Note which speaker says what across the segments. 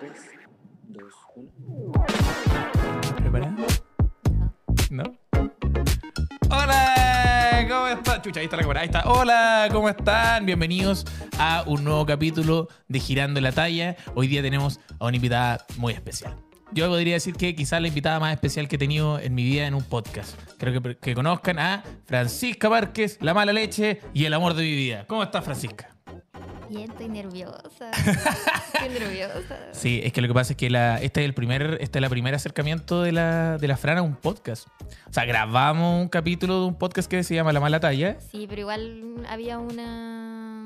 Speaker 1: 3, 2, 1.
Speaker 2: ¿Preparada? ¿No? ¡Hola! ¿Cómo están? Chucha, ahí está la cámara. Ahí está. ¡Hola! ¿Cómo están? Bienvenidos a un nuevo capítulo de Girando la Talla. Hoy día tenemos a una invitada muy especial. Yo podría decir que quizás la invitada más especial que he tenido en mi vida en un podcast. Creo que, que conozcan a Francisca Márquez, la mala leche y el amor de mi vida. ¿Cómo estás, Francisca?
Speaker 3: Bien, estoy nerviosa. Estoy nerviosa.
Speaker 2: Sí, es que lo que pasa es que la, este es el primer, este es el primer acercamiento de la, de la Fran a un podcast. O sea, grabamos un capítulo de un podcast que se llama La Mala Talla.
Speaker 3: Sí, pero igual había una.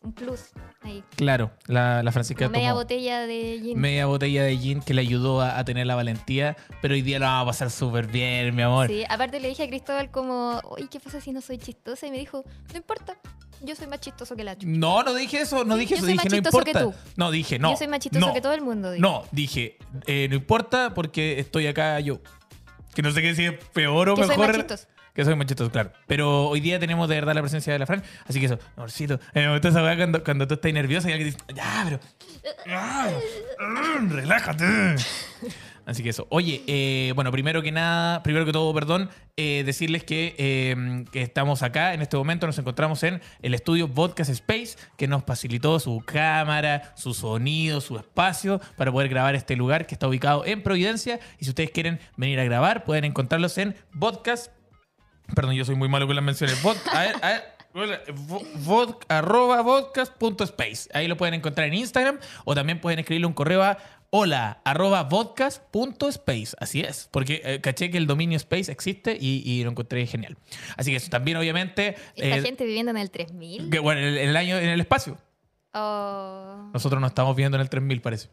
Speaker 3: Un plus ahí.
Speaker 2: Claro, la, la Francisca
Speaker 3: Una media
Speaker 2: tomó
Speaker 3: botella de gin.
Speaker 2: media botella de gin que le ayudó a, a tener la valentía, pero hoy día lo vamos a pasar súper bien, mi amor.
Speaker 3: Sí, aparte le dije a Cristóbal como, oye, ¿qué pasa si no soy chistosa? Y me dijo, no importa, yo soy más chistoso que la chucha.
Speaker 2: No, no dije eso, no dije
Speaker 3: yo
Speaker 2: eso,
Speaker 3: soy
Speaker 2: dije
Speaker 3: más
Speaker 2: no
Speaker 3: chistoso que
Speaker 2: importa.
Speaker 3: tú.
Speaker 2: No, dije no.
Speaker 3: yo soy más chistoso
Speaker 2: no,
Speaker 3: que todo el mundo. dijo.
Speaker 2: No, dije eh, no importa porque estoy acá yo. Que no sé qué si es peor o
Speaker 3: que soy
Speaker 2: mejor.
Speaker 3: más chistoso.
Speaker 2: Que soy machitos, claro. Pero hoy día tenemos de verdad la presencia de la Fran. Así que eso, amorcito. En el momento de esa weá, cuando, cuando tú estás nerviosa y alguien dice, ya, pero. ah, mm, relájate. Así que eso. Oye, eh, bueno, primero que nada, primero que todo, perdón, eh, decirles que, eh, que estamos acá en este momento, nos encontramos en el estudio Podcast Space, que nos facilitó su cámara, su sonido, su espacio para poder grabar este lugar que está ubicado en Providencia. Y si ustedes quieren venir a grabar, pueden encontrarlos en Podcast Perdón, yo soy muy malo con las menciones. Vod- a ver, a ver, hola, vo- vod- arroba vodcast.space. Ahí lo pueden encontrar en Instagram o también pueden escribirle un correo a hola arroba vodcast.space. Así es, porque eh, caché que el dominio space existe y, y lo encontré genial. Así que eso también, obviamente,
Speaker 3: Esta
Speaker 2: eh,
Speaker 3: gente viviendo en el 3000.
Speaker 2: que, bueno, el- el año en el espacio.
Speaker 3: Oh,
Speaker 2: Nosotros nos estamos viendo en el 3000, parece.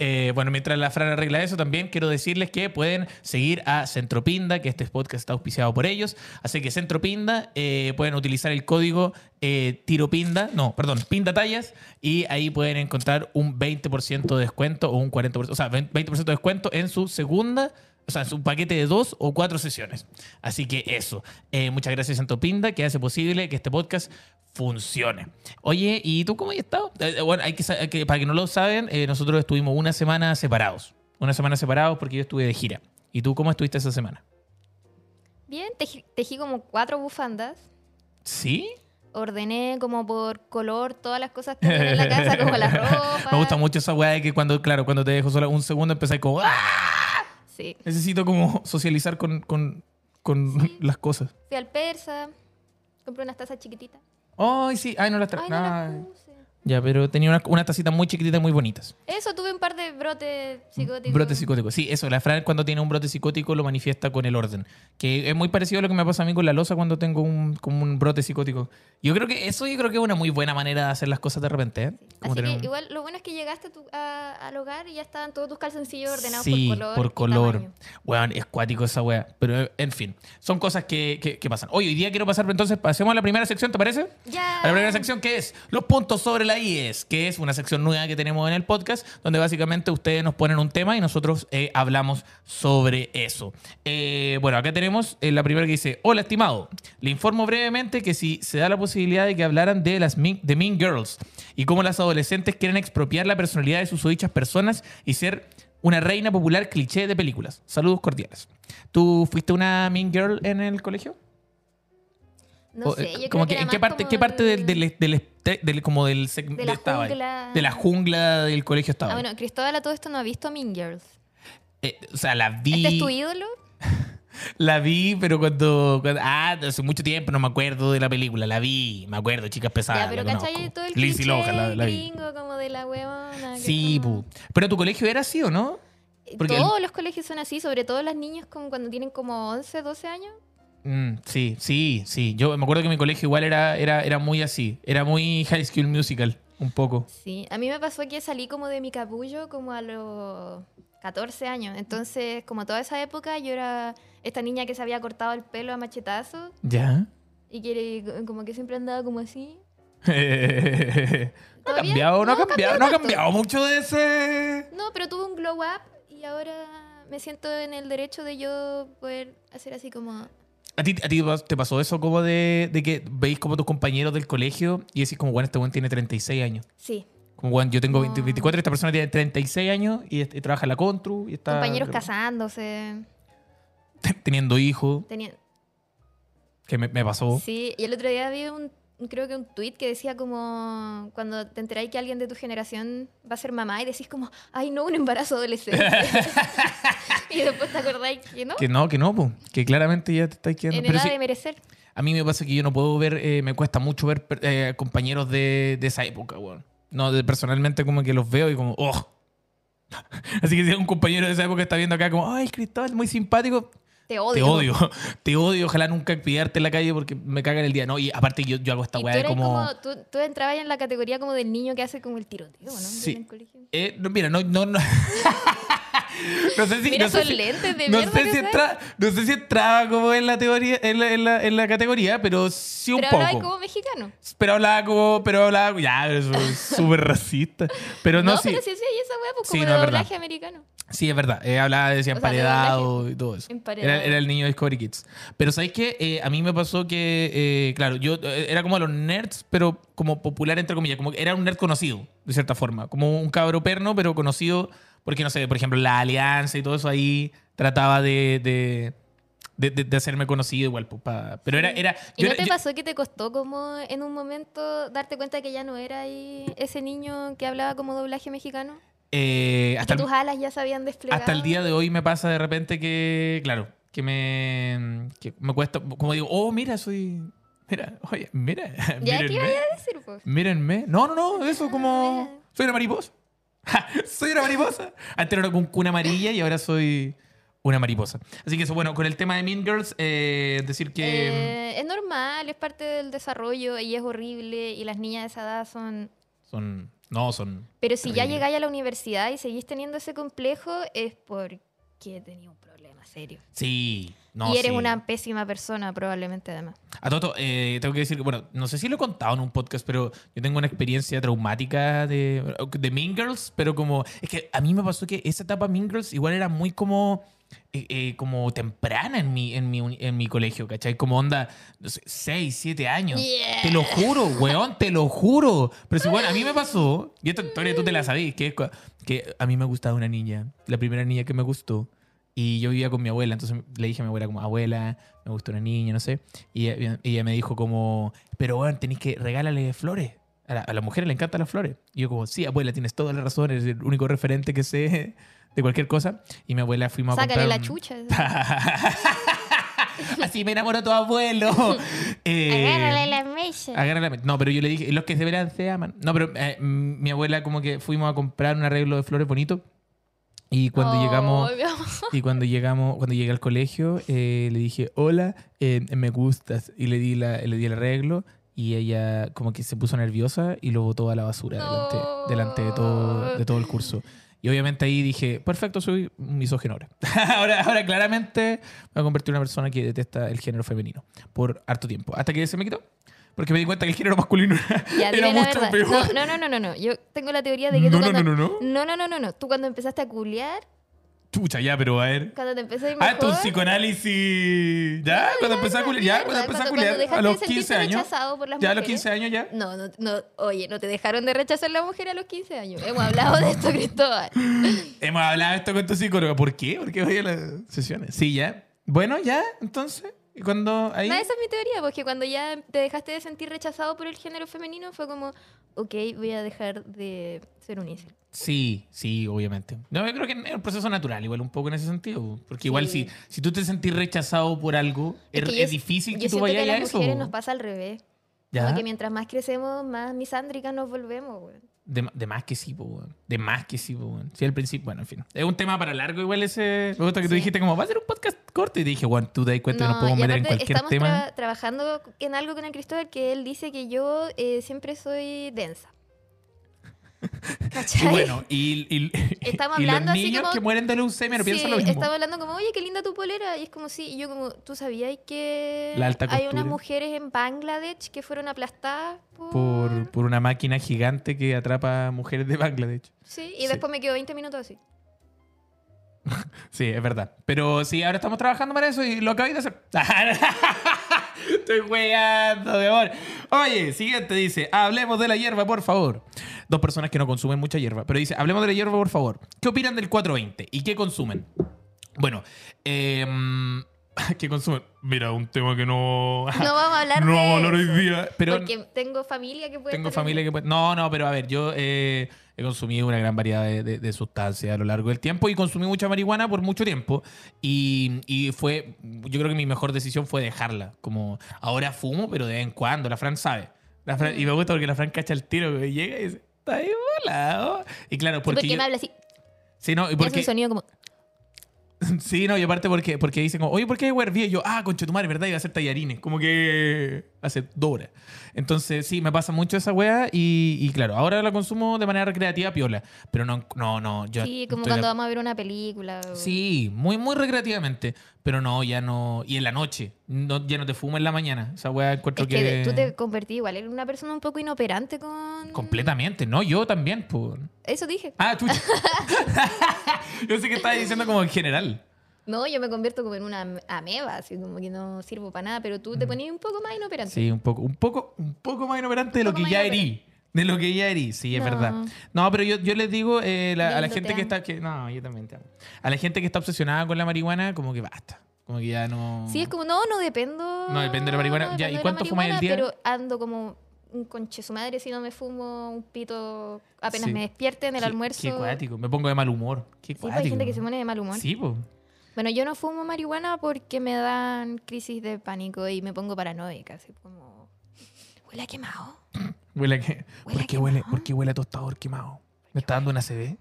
Speaker 2: Eh, bueno, mientras la Fran arregla eso, también quiero decirles que pueden seguir a Centropinda, que este podcast está auspiciado por ellos. Así que Centropinda, eh, pueden utilizar el código eh, tiropinda, no, perdón, pinda tallas, y ahí pueden encontrar un 20% de descuento o un 40%, o sea, 20% de descuento en su segunda o sea, es un paquete de dos o cuatro sesiones. Así que eso. Eh, muchas gracias, Santopinda, que hace posible que este podcast funcione. Oye, ¿y tú cómo has estado? Eh, bueno, hay que, sa- hay que- para que no lo saben, eh, nosotros estuvimos una semana separados. Una semana separados porque yo estuve de gira. ¿Y tú cómo estuviste esa semana?
Speaker 3: bien, tejí, tejí como cuatro bufandas.
Speaker 2: ¿Sí?
Speaker 3: Ordené como por color todas las cosas que tenía en la casa, como la ropa.
Speaker 2: Me gusta mucho esa weá de que cuando, claro, cuando te dejo sola un segundo empecé como, ¡ah!
Speaker 3: Sí.
Speaker 2: Necesito como socializar con, con, con
Speaker 3: Sí.
Speaker 2: las cosas.
Speaker 3: Fui al persa, compré unas tazas chiquititas.
Speaker 2: Ay, sí. Ay, no las tra-
Speaker 3: Ay, no las
Speaker 2: Ay.
Speaker 3: puse.
Speaker 2: Ya, pero tenía unas unas tacitas muy chiquititas y muy bonitas.
Speaker 3: Eso, tuve un par de brotes psicóticos.
Speaker 2: Brote psicótico. Sí, eso. La Fran cuando tiene un brote psicótico lo manifiesta con el orden. Que es muy parecido a lo que me pasa a mí con la losa cuando tengo un, como un brote psicótico. Yo creo que eso yo creo que es una muy buena manera de hacer las cosas de repente. ¿eh? Como
Speaker 3: Así que
Speaker 2: tener un-
Speaker 3: igual lo bueno es que llegaste a tu- a- al hogar y ya estaban todos tus calzoncillos ordenados
Speaker 2: sí,
Speaker 3: por color. y tamaño.
Speaker 2: Weón, es cuático esa wea. Pero eh, en fin, son cosas que, que- que pasan. Hoy, hoy día quiero pasar, pero entonces pasemos a la primera sección, ¿te parece?
Speaker 3: Ya.
Speaker 2: A la primera sección que es los puntos sobre la IES, que es una sección nueva que tenemos en el podcast, donde básicamente ustedes nos ponen un tema y nosotros eh, hablamos sobre eso. Eh, bueno, acá tenemos eh, la primera que dice, hola estimado, le informo brevemente que si se da la posibilidad de que hablaran de las mean, de mean Girls y cómo las adolescentes quieren expropiar la personalidad de sus dichas personas y ser una reina popular cliché de películas. Saludos cordiales. ¿Tú fuiste una Mean Girl en el colegio?
Speaker 3: No
Speaker 2: O,
Speaker 3: sé,
Speaker 2: eh,
Speaker 3: yo
Speaker 2: como
Speaker 3: creo que,
Speaker 2: que,
Speaker 3: era
Speaker 2: ¿En qué
Speaker 3: más
Speaker 2: parte,
Speaker 3: como
Speaker 2: qué parte del,
Speaker 3: el-
Speaker 2: del, del, este- del- como del seg-
Speaker 3: De la
Speaker 2: estaba ahí?
Speaker 3: jungla.
Speaker 2: de la jungla del colegio estaba?
Speaker 3: Ah,
Speaker 2: ahí.
Speaker 3: bueno, Cristóbal a todo esto no ha visto Mean Girls.
Speaker 2: Eh, o sea, la
Speaker 3: ¿Este es tu
Speaker 2: vi,
Speaker 3: ídolo?
Speaker 2: la vi, pero cuando, cuando- ah, hace mucho tiempo no me acuerdo de la película, la vi, me acuerdo, chicas pesadas.
Speaker 3: ya, pero
Speaker 2: la
Speaker 3: ¿cachai?
Speaker 2: conozco.
Speaker 3: Todo el
Speaker 2: Lindsay
Speaker 3: cliché
Speaker 2: Lohan, la- la vi.
Speaker 3: gringo como de la huevona. que
Speaker 2: Sí,
Speaker 3: es como-
Speaker 2: pu. pero tu colegio era así o no?
Speaker 3: Eh,
Speaker 2: porque el-
Speaker 3: Todos los colegios son así, sobre todo las niñas como cuando tienen como 11, 12 años.
Speaker 2: Mm, sí, sí, sí. Yo me acuerdo que mi colegio igual era, era, era muy así, era muy High School Musical, un poco.
Speaker 3: Sí, a mí me pasó que salí como de mi capullo como a los 14 años. Entonces, como toda esa época, yo era esta niña que se había cortado el pelo a machetazo
Speaker 2: ¿Ya?
Speaker 3: y que era- como que siempre andaba como así.
Speaker 2: ¿Ha
Speaker 3: ¿Todavía?
Speaker 2: cambiado? No ha
Speaker 3: No,
Speaker 2: cambiado, no ha
Speaker 3: tanto.
Speaker 2: cambiado mucho de ese...
Speaker 3: No, pero tuve un glow up y ahora me siento en el derecho de yo poder hacer así como...
Speaker 2: ¿A ti, a ti te pasó eso como de, de que veis como tus compañeros del colegio y decís como, bueno, este buen tiene 36 años?
Speaker 3: Sí,
Speaker 2: Como, weón, yo tengo
Speaker 3: No.
Speaker 2: 20 24 esta persona tiene 36 años y, est- y trabaja en la Contru. Y está
Speaker 3: Compañeros casándose.
Speaker 2: Teniendo hijos,
Speaker 3: tenían-
Speaker 2: que me, me pasó.
Speaker 3: Sí, y el otro día vi un, creo que un tweet que decía como, cuando te enteráis que alguien de tu generación va a ser mamá y decís como, ay no, un embarazo adolescente. y después te acordáis que no,
Speaker 2: Que no, que no, po, que claramente ya te estáis quedando.
Speaker 3: en
Speaker 2: Pero
Speaker 3: edad
Speaker 2: sí,
Speaker 3: de merecer.
Speaker 2: a mí me pasa que yo no puedo ver, eh, me cuesta mucho ver per- eh, compañeros de, de esa época, weón. No, de- personalmente como que los veo y como, ¡oh! Así que si un compañero de esa época está viendo acá como, ¡ay, Cristóbal, muy simpático!
Speaker 3: Te odio.
Speaker 2: Te odio, te odio. Ojalá nunca pillarte en la calle porque me cagan el día. No, y aparte yo, yo hago esta
Speaker 3: Y tú,
Speaker 2: weá de
Speaker 3: eras
Speaker 2: como...
Speaker 3: como, tú, tú entrabas en la categoría como del niño que hace como el tiroteo, ¿no?
Speaker 2: Sí.
Speaker 3: En el colegio.
Speaker 2: Eh, no, mira, no, no, no. no sé si,
Speaker 3: Mira
Speaker 2: no sé
Speaker 3: esos
Speaker 2: si-
Speaker 3: lentes de
Speaker 2: no
Speaker 3: mierda
Speaker 2: sé
Speaker 3: que
Speaker 2: si
Speaker 3: usáis.
Speaker 2: entra- no sé si entraba como en la teoría, en la, en la- en la categoría, pero sí un
Speaker 3: Pero
Speaker 2: poco.
Speaker 3: hablabas como mexicano.
Speaker 2: Pero hablaba como, pero hablaba, ya, eso es súper racista. Pero no,
Speaker 3: no,
Speaker 2: sí,
Speaker 3: pero sí hacía esa wea, pues
Speaker 2: Sí,
Speaker 3: como
Speaker 2: no,
Speaker 3: de
Speaker 2: es verdad.
Speaker 3: doblaje americano.
Speaker 2: sí, es verdad. Eh, hablaba, decía
Speaker 3: O sea, de
Speaker 2: emparedado y todo eso.
Speaker 3: Emparedado.
Speaker 2: Era, era el niño de Discovery Kids. Pero ¿sabéis qué? Eh, a mí me pasó que, eh, claro, yo eh, era como de los nerds, pero como popular, entre comillas. Como que era un nerd conocido, de cierta forma. Como un cabro perno, pero conocido porque, no sé, por ejemplo, la Alianza y todo eso ahí trataba de... de de, de- de hacerme conocido igual, pues, pa- pero era... era
Speaker 3: ¿Y
Speaker 2: yo
Speaker 3: no
Speaker 2: era- yo-
Speaker 3: te pasó que te costó como en un momento darte cuenta que ya no era ahí ese niño que hablaba como doblaje mexicano?
Speaker 2: eh,
Speaker 3: Y
Speaker 2: hasta
Speaker 3: que
Speaker 2: el-
Speaker 3: tus alas ya se habían desplegado.
Speaker 2: Hasta el día de hoy me pasa de repente que, claro, que me, que me cuesta, como digo, oh, mira, soy, mira, oye, mira,
Speaker 3: ¿Ya qué
Speaker 2: mírenme,
Speaker 3: iba a decir, po?
Speaker 2: mírenme. No, no, no, eso
Speaker 3: mira.
Speaker 2: como, soy una mariposa. Ja, soy una mariposa. Antes era con cuna amarilla y ahora soy una mariposa. Así que eso, bueno, con el tema de Mean Girls, eh, decir que
Speaker 3: Eh, es normal, es parte del desarrollo y es horrible y las niñas de esa edad son...
Speaker 2: son, no, son,
Speaker 3: Pero si ya
Speaker 2: Terrible.
Speaker 3: llegáis a la universidad y seguís teniendo ese complejo es porque tenías un problema serio.
Speaker 2: sí, no,
Speaker 3: y eres
Speaker 2: sí.
Speaker 3: una pésima persona probablemente además.
Speaker 2: A todo, esto, eh, tengo que decir que, bueno, no sé si lo he contado en un podcast, pero yo tengo una experiencia traumática de, de Mean Girls, pero como, es que a mí me pasó que esa etapa Mean Girls igual era muy como, eh, eh, como temprana en mi, en, mi, uni- en mi colegio, ¿cachai? Como onda, no sé, 6, 7 años.
Speaker 3: Yeah.
Speaker 2: Te lo juro, weón, te lo juro. Pero si, bueno, a mí me pasó, y esta historia tú te la sabís, que, es cua- que a mí me gustaba una niña, la primera niña que me gustó, y yo vivía con mi abuela, entonces le dije a mi abuela como, abuela, me gusta una niña, no sé. Y ella, y ella me dijo como, pero bueno, tenéis que regálale flores. A la, a la mujer le encantan las flores. Y yo como, sí, abuela, tienes toda la razón, eres el único referente que sé de cualquier cosa. Y mi abuela fuimos a
Speaker 3: Sácale
Speaker 2: comprar
Speaker 3: la
Speaker 2: un-
Speaker 3: chucha.
Speaker 2: Así me enamoró tu abuelo. Eh,
Speaker 3: Agárrale la mesa.
Speaker 2: Agarra la met- No, pero yo le dije, los que se verán se aman. No, pero eh, mm, mi abuela como que fuimos a comprar un arreglo de flores bonito. Y cuando
Speaker 3: Oh,
Speaker 2: llegamos,
Speaker 3: mi amor.
Speaker 2: y cuando llegamos, cuando llegué al colegio, eh, le dije, hola, eh, me gustas. Y le di, la, le di el arreglo. Y ella como que se puso nerviosa y lo botó a la basura delante,
Speaker 3: No.
Speaker 2: delante de, todo, de todo el curso. Y obviamente ahí dije, perfecto, soy un misógino ahora. ahora. Ahora claramente me voy a convertir en una persona que detesta el género femenino por harto tiempo. Hasta que se me quitó. Porque me di cuenta que el género masculino era,
Speaker 3: Ya, dime
Speaker 2: era
Speaker 3: la
Speaker 2: mucho
Speaker 3: verdad.
Speaker 2: peor.
Speaker 3: No, no, no, no, no. Yo tengo la teoría de que
Speaker 2: No,
Speaker 3: tú
Speaker 2: no,
Speaker 3: cuando...
Speaker 2: no, no,
Speaker 3: no, no, no, no, no. Tú cuando empezaste a culiar,
Speaker 2: Chucha, ya, pero a ver.
Speaker 3: cuando te empecé a ir
Speaker 2: Ah, tu
Speaker 3: mejor,
Speaker 2: psicoanálisis. Ya, cuando empecé a culiar, ya, cuando
Speaker 3: ¿verdad?
Speaker 2: empecé a
Speaker 3: Cuando-
Speaker 2: culiar, a
Speaker 3: cuando dejaste de
Speaker 2: los
Speaker 3: sentirte
Speaker 2: 15 años.
Speaker 3: rechazado por las
Speaker 2: Ya a los
Speaker 3: mujeres.
Speaker 2: 15 años ya.
Speaker 3: No, no, no, oye, no te dejaron de rechazar la mujer a los 15 años. Hemos hablado de esto, Cristóbal.
Speaker 2: Hemos hablado esto con tu psicóloga. ¿Por qué? Porque voy a las sesiones. Sí, ya. Bueno, ya, entonces. ¿Y cuando ahí?
Speaker 3: No, esa es mi teoría, porque cuando ya te dejaste de sentir rechazado por el género femenino, fue como, ok, voy a dejar de ser un incel.
Speaker 2: Sí, sí, obviamente. No, yo creo que es un proceso natural, igual un poco en ese sentido. Porque igual si,
Speaker 3: Sí.
Speaker 2: si tú te sentís rechazado por algo, er, es,
Speaker 3: que yo-
Speaker 2: es difícil que
Speaker 3: Yo
Speaker 2: tú
Speaker 3: siento que
Speaker 2: vayas
Speaker 3: a
Speaker 2: a
Speaker 3: las
Speaker 2: eso.
Speaker 3: mujeres
Speaker 2: po.
Speaker 3: nos pasa al revés.
Speaker 2: ¿Ya?
Speaker 3: Porque mientras más crecemos, más misándricas nos volvemos, güey.
Speaker 2: De, de más que sí, po, weón. De más que sí, po, weón. Sí, al principio, bueno, en fin. Es un tema para largo igual ese... Me gusta que tú
Speaker 3: Sí.
Speaker 2: dijiste como, va a ser un podcast corto. Y dije, bueno, tú te das cuenta que nos
Speaker 3: No,
Speaker 2: podemos
Speaker 3: y
Speaker 2: meter en
Speaker 3: aparte
Speaker 2: cualquier
Speaker 3: estamos
Speaker 2: tema.
Speaker 3: tra- trabajando en algo con el Cristóbal que él dice que yo eh, siempre soy densa.
Speaker 2: Y
Speaker 3: ¿Cachai?
Speaker 2: bueno, y, y-
Speaker 3: Estamos
Speaker 2: y los
Speaker 3: hablando así
Speaker 2: niños
Speaker 3: como-
Speaker 2: que mueren de leucemia no
Speaker 3: Sí,
Speaker 2: piensan lo mismo.
Speaker 3: estaba hablando como, oye, qué linda tu polera. Y es como, sí, y yo como, ¿tú sabías que
Speaker 2: La alta
Speaker 3: hay
Speaker 2: costura.
Speaker 3: unas mujeres en Bangladesh que fueron aplastadas por...
Speaker 2: Por, por una máquina gigante que atrapa mujeres de Bangladesh.
Speaker 3: Sí, y
Speaker 2: Sí.
Speaker 3: después me quedo 20 minutos así.
Speaker 2: Sí, es verdad. Pero sí, ahora estamos trabajando para eso y lo acabáis de hacer. Estoy juegando, mi amor. Oye, siguiente dice, hablemos de la hierba, por favor. Dos personas que no consumen mucha hierba, pero dice, hablemos de la hierba, por favor. ¿Qué opinan del 420 y qué consumen? Bueno, eh, ¿qué consumen? Mira, un tema que no...
Speaker 3: No vamos a hablar
Speaker 2: Ah, no
Speaker 3: de
Speaker 2: vamos a hablar hoy
Speaker 3: eso,
Speaker 2: día. Pero
Speaker 3: Porque tengo familia que puede
Speaker 2: tengo
Speaker 3: estar en-
Speaker 2: familia que puede- No, no, pero a ver, yo eh, he consumido una gran variedad de, de- de sustancias a lo largo del tiempo y consumí mucha marihuana por mucho tiempo. Y, y fue. Yo creo que mi mejor decisión fue dejarla. Como ahora fumo, pero de vez en cuando. La Fran sabe. La Fran- y me gusta porque la Fran cacha el tiro que llega y dice: Está ahí volado. Y claro,
Speaker 3: Sí,
Speaker 2: porque.
Speaker 3: porque
Speaker 2: yo-
Speaker 3: me habla así.
Speaker 2: sí, no, y
Speaker 3: me hace un
Speaker 2: porque.
Speaker 3: sonido como.
Speaker 2: Sí, no, y aparte porque, porque dicen, como, oye, ¿por qué hay huervía? Y yo, ah, conchetumare, ¿verdad? Iba a hacer tallarines, como que hace dos horas. Entonces, sí, me pasa mucho esa wea y, y claro, ahora la consumo de manera recreativa, piola. Pero no, no, no, yo...
Speaker 3: Sí, como
Speaker 2: estoy
Speaker 3: cuando
Speaker 2: de-
Speaker 3: vamos a ver una película. o-
Speaker 2: Sí, muy, muy recreativamente. Pero no, ya no... Y en la noche, no, ya no te fumo en la mañana. Esa wea encuentro
Speaker 3: Es que de- tú te convertí igual en una persona un poco inoperante con.
Speaker 2: Completamente, no, yo también, pues.
Speaker 3: Eso dije.
Speaker 2: Ah, chucha. yo sé que estaba diciendo como en general.
Speaker 3: No, yo me convierto como en una am- ameba, así como que no sirvo para nada, pero tú te ponías un poco más inoperante.
Speaker 2: Mm. Sí, un poco, un poco, un poco más inoperante de
Speaker 3: Un
Speaker 2: lo
Speaker 3: poco
Speaker 2: que
Speaker 3: más
Speaker 2: ya herí. De lo que ya herí, sí, es
Speaker 3: No.
Speaker 2: verdad. No, pero yo, yo les digo eh, la- a la
Speaker 3: Lindo,
Speaker 2: gente
Speaker 3: te
Speaker 2: que
Speaker 3: amo.
Speaker 2: está. Que, no, yo también te amo. A la gente que está obsesionada con la marihuana, como que basta. Como que ya no.
Speaker 3: Sí, es como, no, no dependo.
Speaker 2: No, depende de la marihuana. Ya, ¿y
Speaker 3: dependo de la
Speaker 2: cuánto fumas al
Speaker 3: marihuana,
Speaker 2: día?
Speaker 3: Pero ando como un conche su madre si no me fumo un pito apenas
Speaker 2: Sí.
Speaker 3: me despierte en el
Speaker 2: Qué-
Speaker 3: almuerzo.
Speaker 2: Qué cuático. Me pongo de mal humor. Qué
Speaker 3: Sí, pues,
Speaker 2: cuático.
Speaker 3: hay gente que se pone de mal humor.
Speaker 2: Sí, po.
Speaker 3: Bueno, yo no fumo marihuana porque me dan crisis de pánico y me pongo paranoica, así como... ¿Huele a quemado?
Speaker 2: Huele a que-
Speaker 3: Huele
Speaker 2: ¿por,
Speaker 3: a
Speaker 2: qué huele,
Speaker 3: quemado.
Speaker 2: ¿Por qué huele a tostador quemado? ¿Me está dando una CB?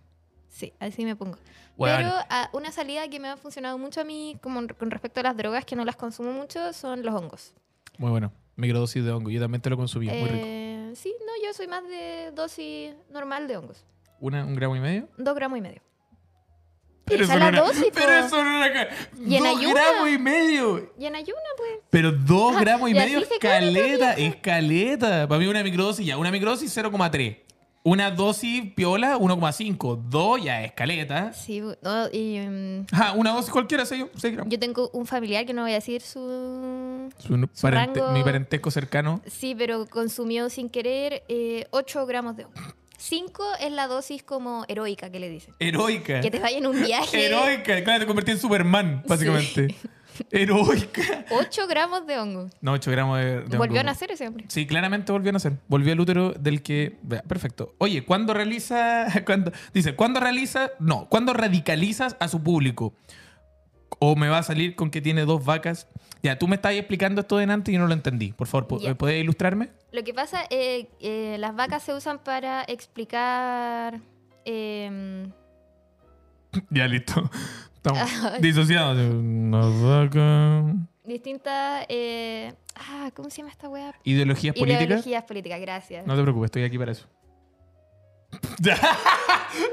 Speaker 3: Sí, así me pongo.
Speaker 2: Bueno,
Speaker 3: Pero ah, una salida que me ha funcionado mucho a mí como con respecto a las drogas, que no las consumo mucho, son los hongos.
Speaker 2: muy bueno. Microdosis de hongo. Yo también te lo consumí. Muy rico.
Speaker 3: Eh, sí, no, yo soy más de dosis normal de hongos.
Speaker 2: Una, ¿Un gramo y medio?
Speaker 3: Dos gramos y medio.
Speaker 2: Pero eso
Speaker 3: Esa es la
Speaker 2: no era-
Speaker 3: dosis, po.
Speaker 2: Pero eso no era ca-
Speaker 3: Y en
Speaker 2: dos
Speaker 3: ayunas.
Speaker 2: gramos y medio.
Speaker 3: Y en ayuna, pues.
Speaker 2: Pero dos gramos y
Speaker 3: y así
Speaker 2: medio es
Speaker 3: se come todo
Speaker 2: caleta, es
Speaker 3: pues.
Speaker 2: caleta. Para mí una microdosis ya, una microdosis 0,3. Una dosis piola 1,5. Dos ya es caleta.
Speaker 3: Sí, bu- no, y, mm,
Speaker 2: Ah, una dosis cualquiera, 6, gramos.
Speaker 3: yo tengo un familiar que no voy a decir su...
Speaker 2: Su parente-
Speaker 3: rango-
Speaker 2: Mi parentesco cercano.
Speaker 3: Sí, pero consumió sin querer eh, 8 gramos de hongo. 5 es la dosis como heroica que le dicen.
Speaker 2: Heroica.
Speaker 3: Que te vaya en un viaje.
Speaker 2: Heroica. Claro, te convertí en Superman, básicamente. Heroica.
Speaker 3: 8 gramos de hongo.
Speaker 2: No, 8 gramos de... de
Speaker 3: Volvió a
Speaker 2: hongo.
Speaker 3: nacer ese hombre.
Speaker 2: Sí, claramente volvió a nacer. Volvió al útero del que. vea, Perfecto. Oye, ¿cuándo realiza. Cuando, dice, ¿cuándo realiza.? No, ¿cuándo radicalizas a su público? O me va a salir con que tiene dos vacas. Ya, tú me estabas explicando esto delante y yo no lo entendí. Por favor, ¿po-
Speaker 3: Ya.
Speaker 2: ¿puedes ilustrarme?
Speaker 3: Lo que pasa es que eh, las vacas se usan para explicar... em,
Speaker 2: Ya, listo. Estamos
Speaker 3: Ay.
Speaker 2: disociados. Una vaca.
Speaker 3: distintas... eh, ah, ¿cómo se llama esta weá?
Speaker 2: ¿Ideologías políticas?
Speaker 3: Ideologías políticas, gracias.
Speaker 2: No te preocupes, estoy aquí para eso. ya.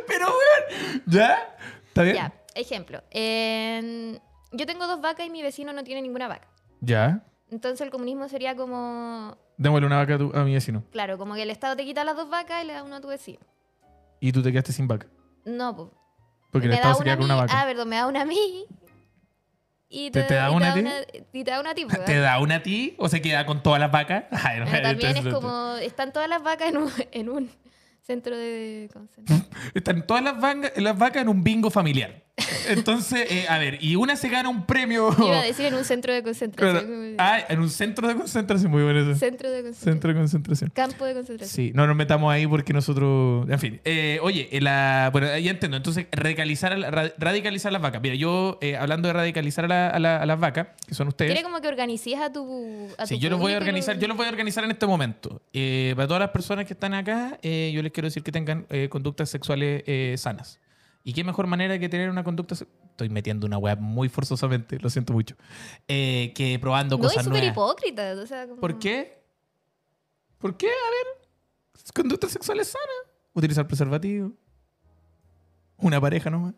Speaker 2: Pero, weón. ¿Ya? ¿Está bien?
Speaker 3: Ya, ejemplo. en- yo tengo dos vacas y mi vecino no tiene ninguna vaca.
Speaker 2: Ya.
Speaker 3: Entonces el comunismo sería como,
Speaker 2: Démosle una vaca a, tu- a mi vecino.
Speaker 3: claro, como que el Estado te quita las dos vacas y le da una a tu vecino.
Speaker 2: Y tú te quedaste sin vaca.
Speaker 3: No, po.
Speaker 2: Porque el
Speaker 3: me da
Speaker 2: Estado se
Speaker 3: una
Speaker 2: queda
Speaker 3: a mí.
Speaker 2: con una
Speaker 3: Ah,
Speaker 2: vaca.
Speaker 3: perdón, me da una a mí. Y
Speaker 2: ¿Te- te da
Speaker 3: y
Speaker 2: una a ti?
Speaker 3: y te da una a ti, po,
Speaker 2: ¿Te
Speaker 3: ¿eh?
Speaker 2: da una a ti o se queda con todas las vacas? Ay, no,
Speaker 3: Pero también
Speaker 2: entonces,
Speaker 3: es como, están todas las vacas en un, en un centro de concentración.
Speaker 2: Están todas las, vanga- las vacas en un bingo familiar. Entonces, eh, a ver, y una se gana un premio.
Speaker 3: Iba a decir en un centro de
Speaker 2: Claro.
Speaker 3: concentración.
Speaker 2: Ah, en un centro de concentración. Muy bueno eso.
Speaker 3: Centro de concentración.
Speaker 2: Centro de concentración.
Speaker 3: Campo de concentración.
Speaker 2: Sí, no nos metamos ahí porque nosotros. En fin. Eh, oye, eh, la, bueno, ya entiendo. Entonces, radicalizar, a la- ra- radicalizar las vacas. Mira, yo eh, hablando de radicalizar a, la- a la- a las vacas, que son ustedes.
Speaker 3: Quiere como que organices a tu. A
Speaker 2: Sí,
Speaker 3: tu
Speaker 2: yo los voy a
Speaker 3: público y lo-
Speaker 2: organizar, yo los voy a organizar en este momento. Eh, para todas las personas que están acá, eh, yo les quiero decir que tengan eh, conductas sexuales eh, sanas. ¿Y qué mejor manera que tener una conducta se- Estoy metiendo una web muy forzosamente, lo siento mucho. Eh, que probando
Speaker 3: No, es
Speaker 2: cosas
Speaker 3: súper
Speaker 2: nuevas.
Speaker 3: hipócrita. O sea, como-
Speaker 2: ¿Por qué? ¿Por qué? A ver, conductas sexuales sanas. Utilizar preservativo. Una pareja nomás.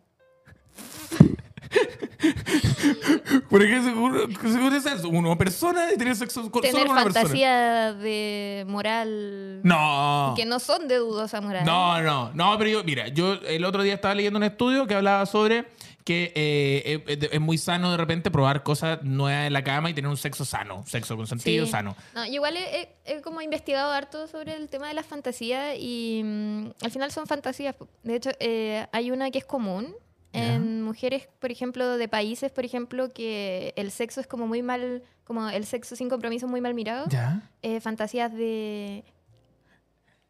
Speaker 2: ¿Por qué seguro, seguro es eso? Una persona y tener sexo con
Speaker 3: Tener
Speaker 2: solo una persona.
Speaker 3: fantasía de moral.
Speaker 2: No.
Speaker 3: Que no son de dudosa moral.
Speaker 2: No, no, no, pero yo, mira, yo el otro día estaba leyendo un estudio que hablaba sobre que eh, es, es muy sano de repente probar cosas nuevas en la cama y tener un sexo sano, sexo con sentido
Speaker 3: Sí.
Speaker 2: sano.
Speaker 3: No, yo igual he, he- he como investigado harto sobre el tema de las fantasías y mm, al final son fantasías. po. De hecho, eh, hay una que es común
Speaker 2: Ya.
Speaker 3: en mujeres, por ejemplo, de países, por ejemplo, que el sexo es como muy mal, como el sexo sin compromiso es muy mal mirado.
Speaker 2: Ya.
Speaker 3: Eh, fantasías de...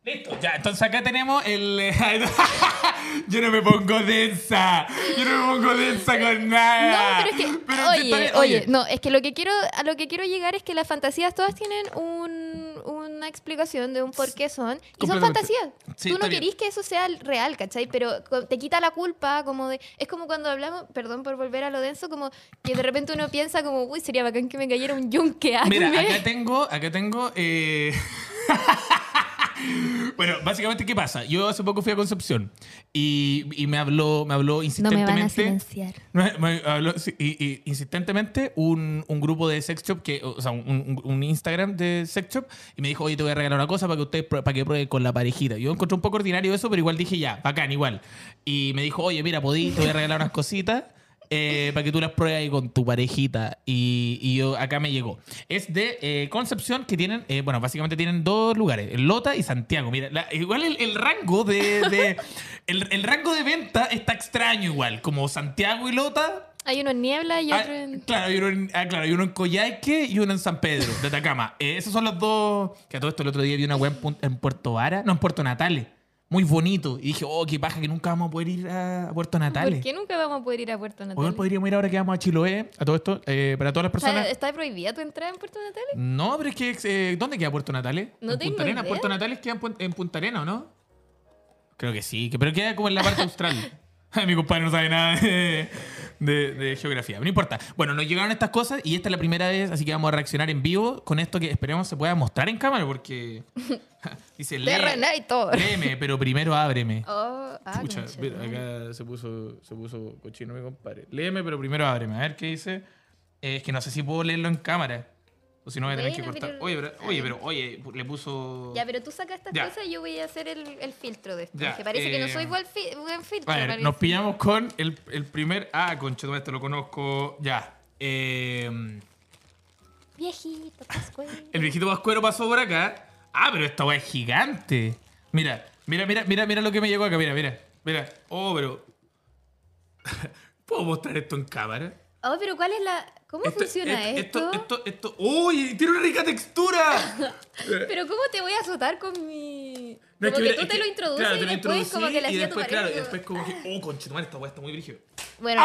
Speaker 2: Listo, ya, entonces acá tenemos el... eh, yo no me pongo densa, yo no me pongo densa con nada.
Speaker 3: No, Ah. pero es que
Speaker 2: Pero
Speaker 3: oye,
Speaker 2: está bien,
Speaker 3: oye, no, es que lo que quiero a lo que quiero llegar es que las fantasías todas tienen un- una explicación de un por qué son y son
Speaker 2: Completamente.
Speaker 3: fantasías.
Speaker 2: Sí,
Speaker 3: Tú
Speaker 2: está
Speaker 3: no
Speaker 2: bien.
Speaker 3: querís que eso sea el real, ¿cachai? Pero co- te quita la culpa, como de es como cuando hablamos, perdón por volver a lo denso, como que de repente uno piensa como, "Uy, sería bacán que me cayera un yunque." a
Speaker 2: Mira,
Speaker 3: comer".
Speaker 2: acá tengo, acá tengo. eh, bueno, básicamente qué pasa. Yo hace poco fui a Concepción y, y me habló, me habló
Speaker 3: no me
Speaker 2: insistentemente.
Speaker 3: van a silenciar.
Speaker 2: Me- eh, me habló, sí, y- y insistentemente un, un grupo de sex shop, que, o sea, un, un- un Instagram de sex shop, y me dijo, oye, te voy a regalar una cosa para que ustedes prue- para que pruebe con la parejita. Yo encontré un poco ordinario eso, pero igual dije, ya, bacán, igual. Y me dijo, oye, mira, podí, te voy a regalar unas cositas eh, para que tú las pruebes ahí con tu parejita. Y, y yo, acá me llegó. Es de eh, Concepción, que tienen, eh, bueno, básicamente tienen dos lugares, Lota y Santiago. Mira, la- igual el, el rango de... de- el, el rango de venta está extraño igual, como Santiago y Lota
Speaker 3: Hay uno en Niebla y
Speaker 2: Ah,
Speaker 3: otro en
Speaker 2: Claro, hay uno en, ah, claro, hay uno en Coyhaique y uno en San Pedro, de Atacama. Eh, esos son los dos. Que a todo esto el otro día vi una web en, Pun- en Puerto Vara, no, en Puerto Natales. Muy bonito. Y dije, oh, qué paja que nunca vamos a poder ir a Puerto
Speaker 3: ¿Por
Speaker 2: Natales.
Speaker 3: qué nunca vamos a poder ir a Puerto
Speaker 2: Hoy
Speaker 3: Natal?
Speaker 2: podríamos ir ahora que vamos a Chiloé, a todo esto, eh, para todas las personas.
Speaker 3: ¿Está, está prohibida tu entrada en Puerto Natal?
Speaker 2: No, pero es que, eh, ¿dónde queda Puerto Natales?
Speaker 3: No
Speaker 2: en
Speaker 3: tengo
Speaker 2: Punta Arenas.
Speaker 3: idea.
Speaker 2: Puerto Natales queda en, Pun- en Punta Arenas, ¿o no? Creo que sí, que- pero queda como en la parte austral. Ay, Mi compadre no sabe nada de, de- de geografía. No importa. Bueno, nos llegaron estas cosas y esta es la primera vez, así que vamos a reaccionar en vivo con esto que esperemos se pueda mostrar en cámara porque... dice,
Speaker 3: De
Speaker 2: "Lee-
Speaker 3: René y todo.
Speaker 2: léeme, pero primero ábreme.
Speaker 3: Oh, ah,
Speaker 2: Pucha,
Speaker 3: concha,
Speaker 2: mira,
Speaker 3: madre.
Speaker 2: acá se puso, se puso cochino mi compadre. Léeme, pero primero ábreme. A ver qué dice. Eh, es que no sé si puedo leerlo en cámara. O si no voy a tener
Speaker 3: Bueno,
Speaker 2: que cortar.
Speaker 3: pero-
Speaker 2: Oye, pero,
Speaker 3: a
Speaker 2: oye,
Speaker 3: ver.
Speaker 2: pero, oye, le puso...
Speaker 3: Ya, pero tú sacas estas
Speaker 2: Ya.
Speaker 3: cosas y yo voy a hacer el, el filtro de esto.
Speaker 2: Ya,
Speaker 3: que parece que no
Speaker 2: eh,
Speaker 3: soy buen, fi- buen filtro.
Speaker 2: a ver,
Speaker 3: parece.
Speaker 2: nos pillamos con el, el primer... Ah, conchito, esto lo conozco. Ya. Eh,
Speaker 3: Viejito, pascuero.
Speaker 2: el viejito vascuero pasó por acá. Ah, pero esta weá es gigante. Mira, mira, mira, mira, mira lo que me llegó acá. Mira, mira, mira. Oh, pero... ¿Puedo mostrar esto en cámara?
Speaker 3: Oh, pero ¿cuál es la...? ¿Cómo
Speaker 2: Esto-
Speaker 3: funciona
Speaker 2: et-
Speaker 3: esto?
Speaker 2: Este, Esto, esto, ¡Uy! ¡Tiene una rica textura!
Speaker 3: Pero ¿cómo te voy a azotar con mi...?
Speaker 2: No, es
Speaker 3: como que,
Speaker 2: mira,
Speaker 3: tú
Speaker 2: es
Speaker 3: te
Speaker 2: que-
Speaker 3: lo introduces
Speaker 2: claro,
Speaker 3: y
Speaker 2: te lo
Speaker 3: después como que
Speaker 2: introducí
Speaker 3: le
Speaker 2: y
Speaker 3: hacía a tu
Speaker 2: después,
Speaker 3: pareja.
Speaker 2: Claro, y ¡Ah! después como que, oh, conchetumar, esta weá está muy brígida.
Speaker 3: Bueno,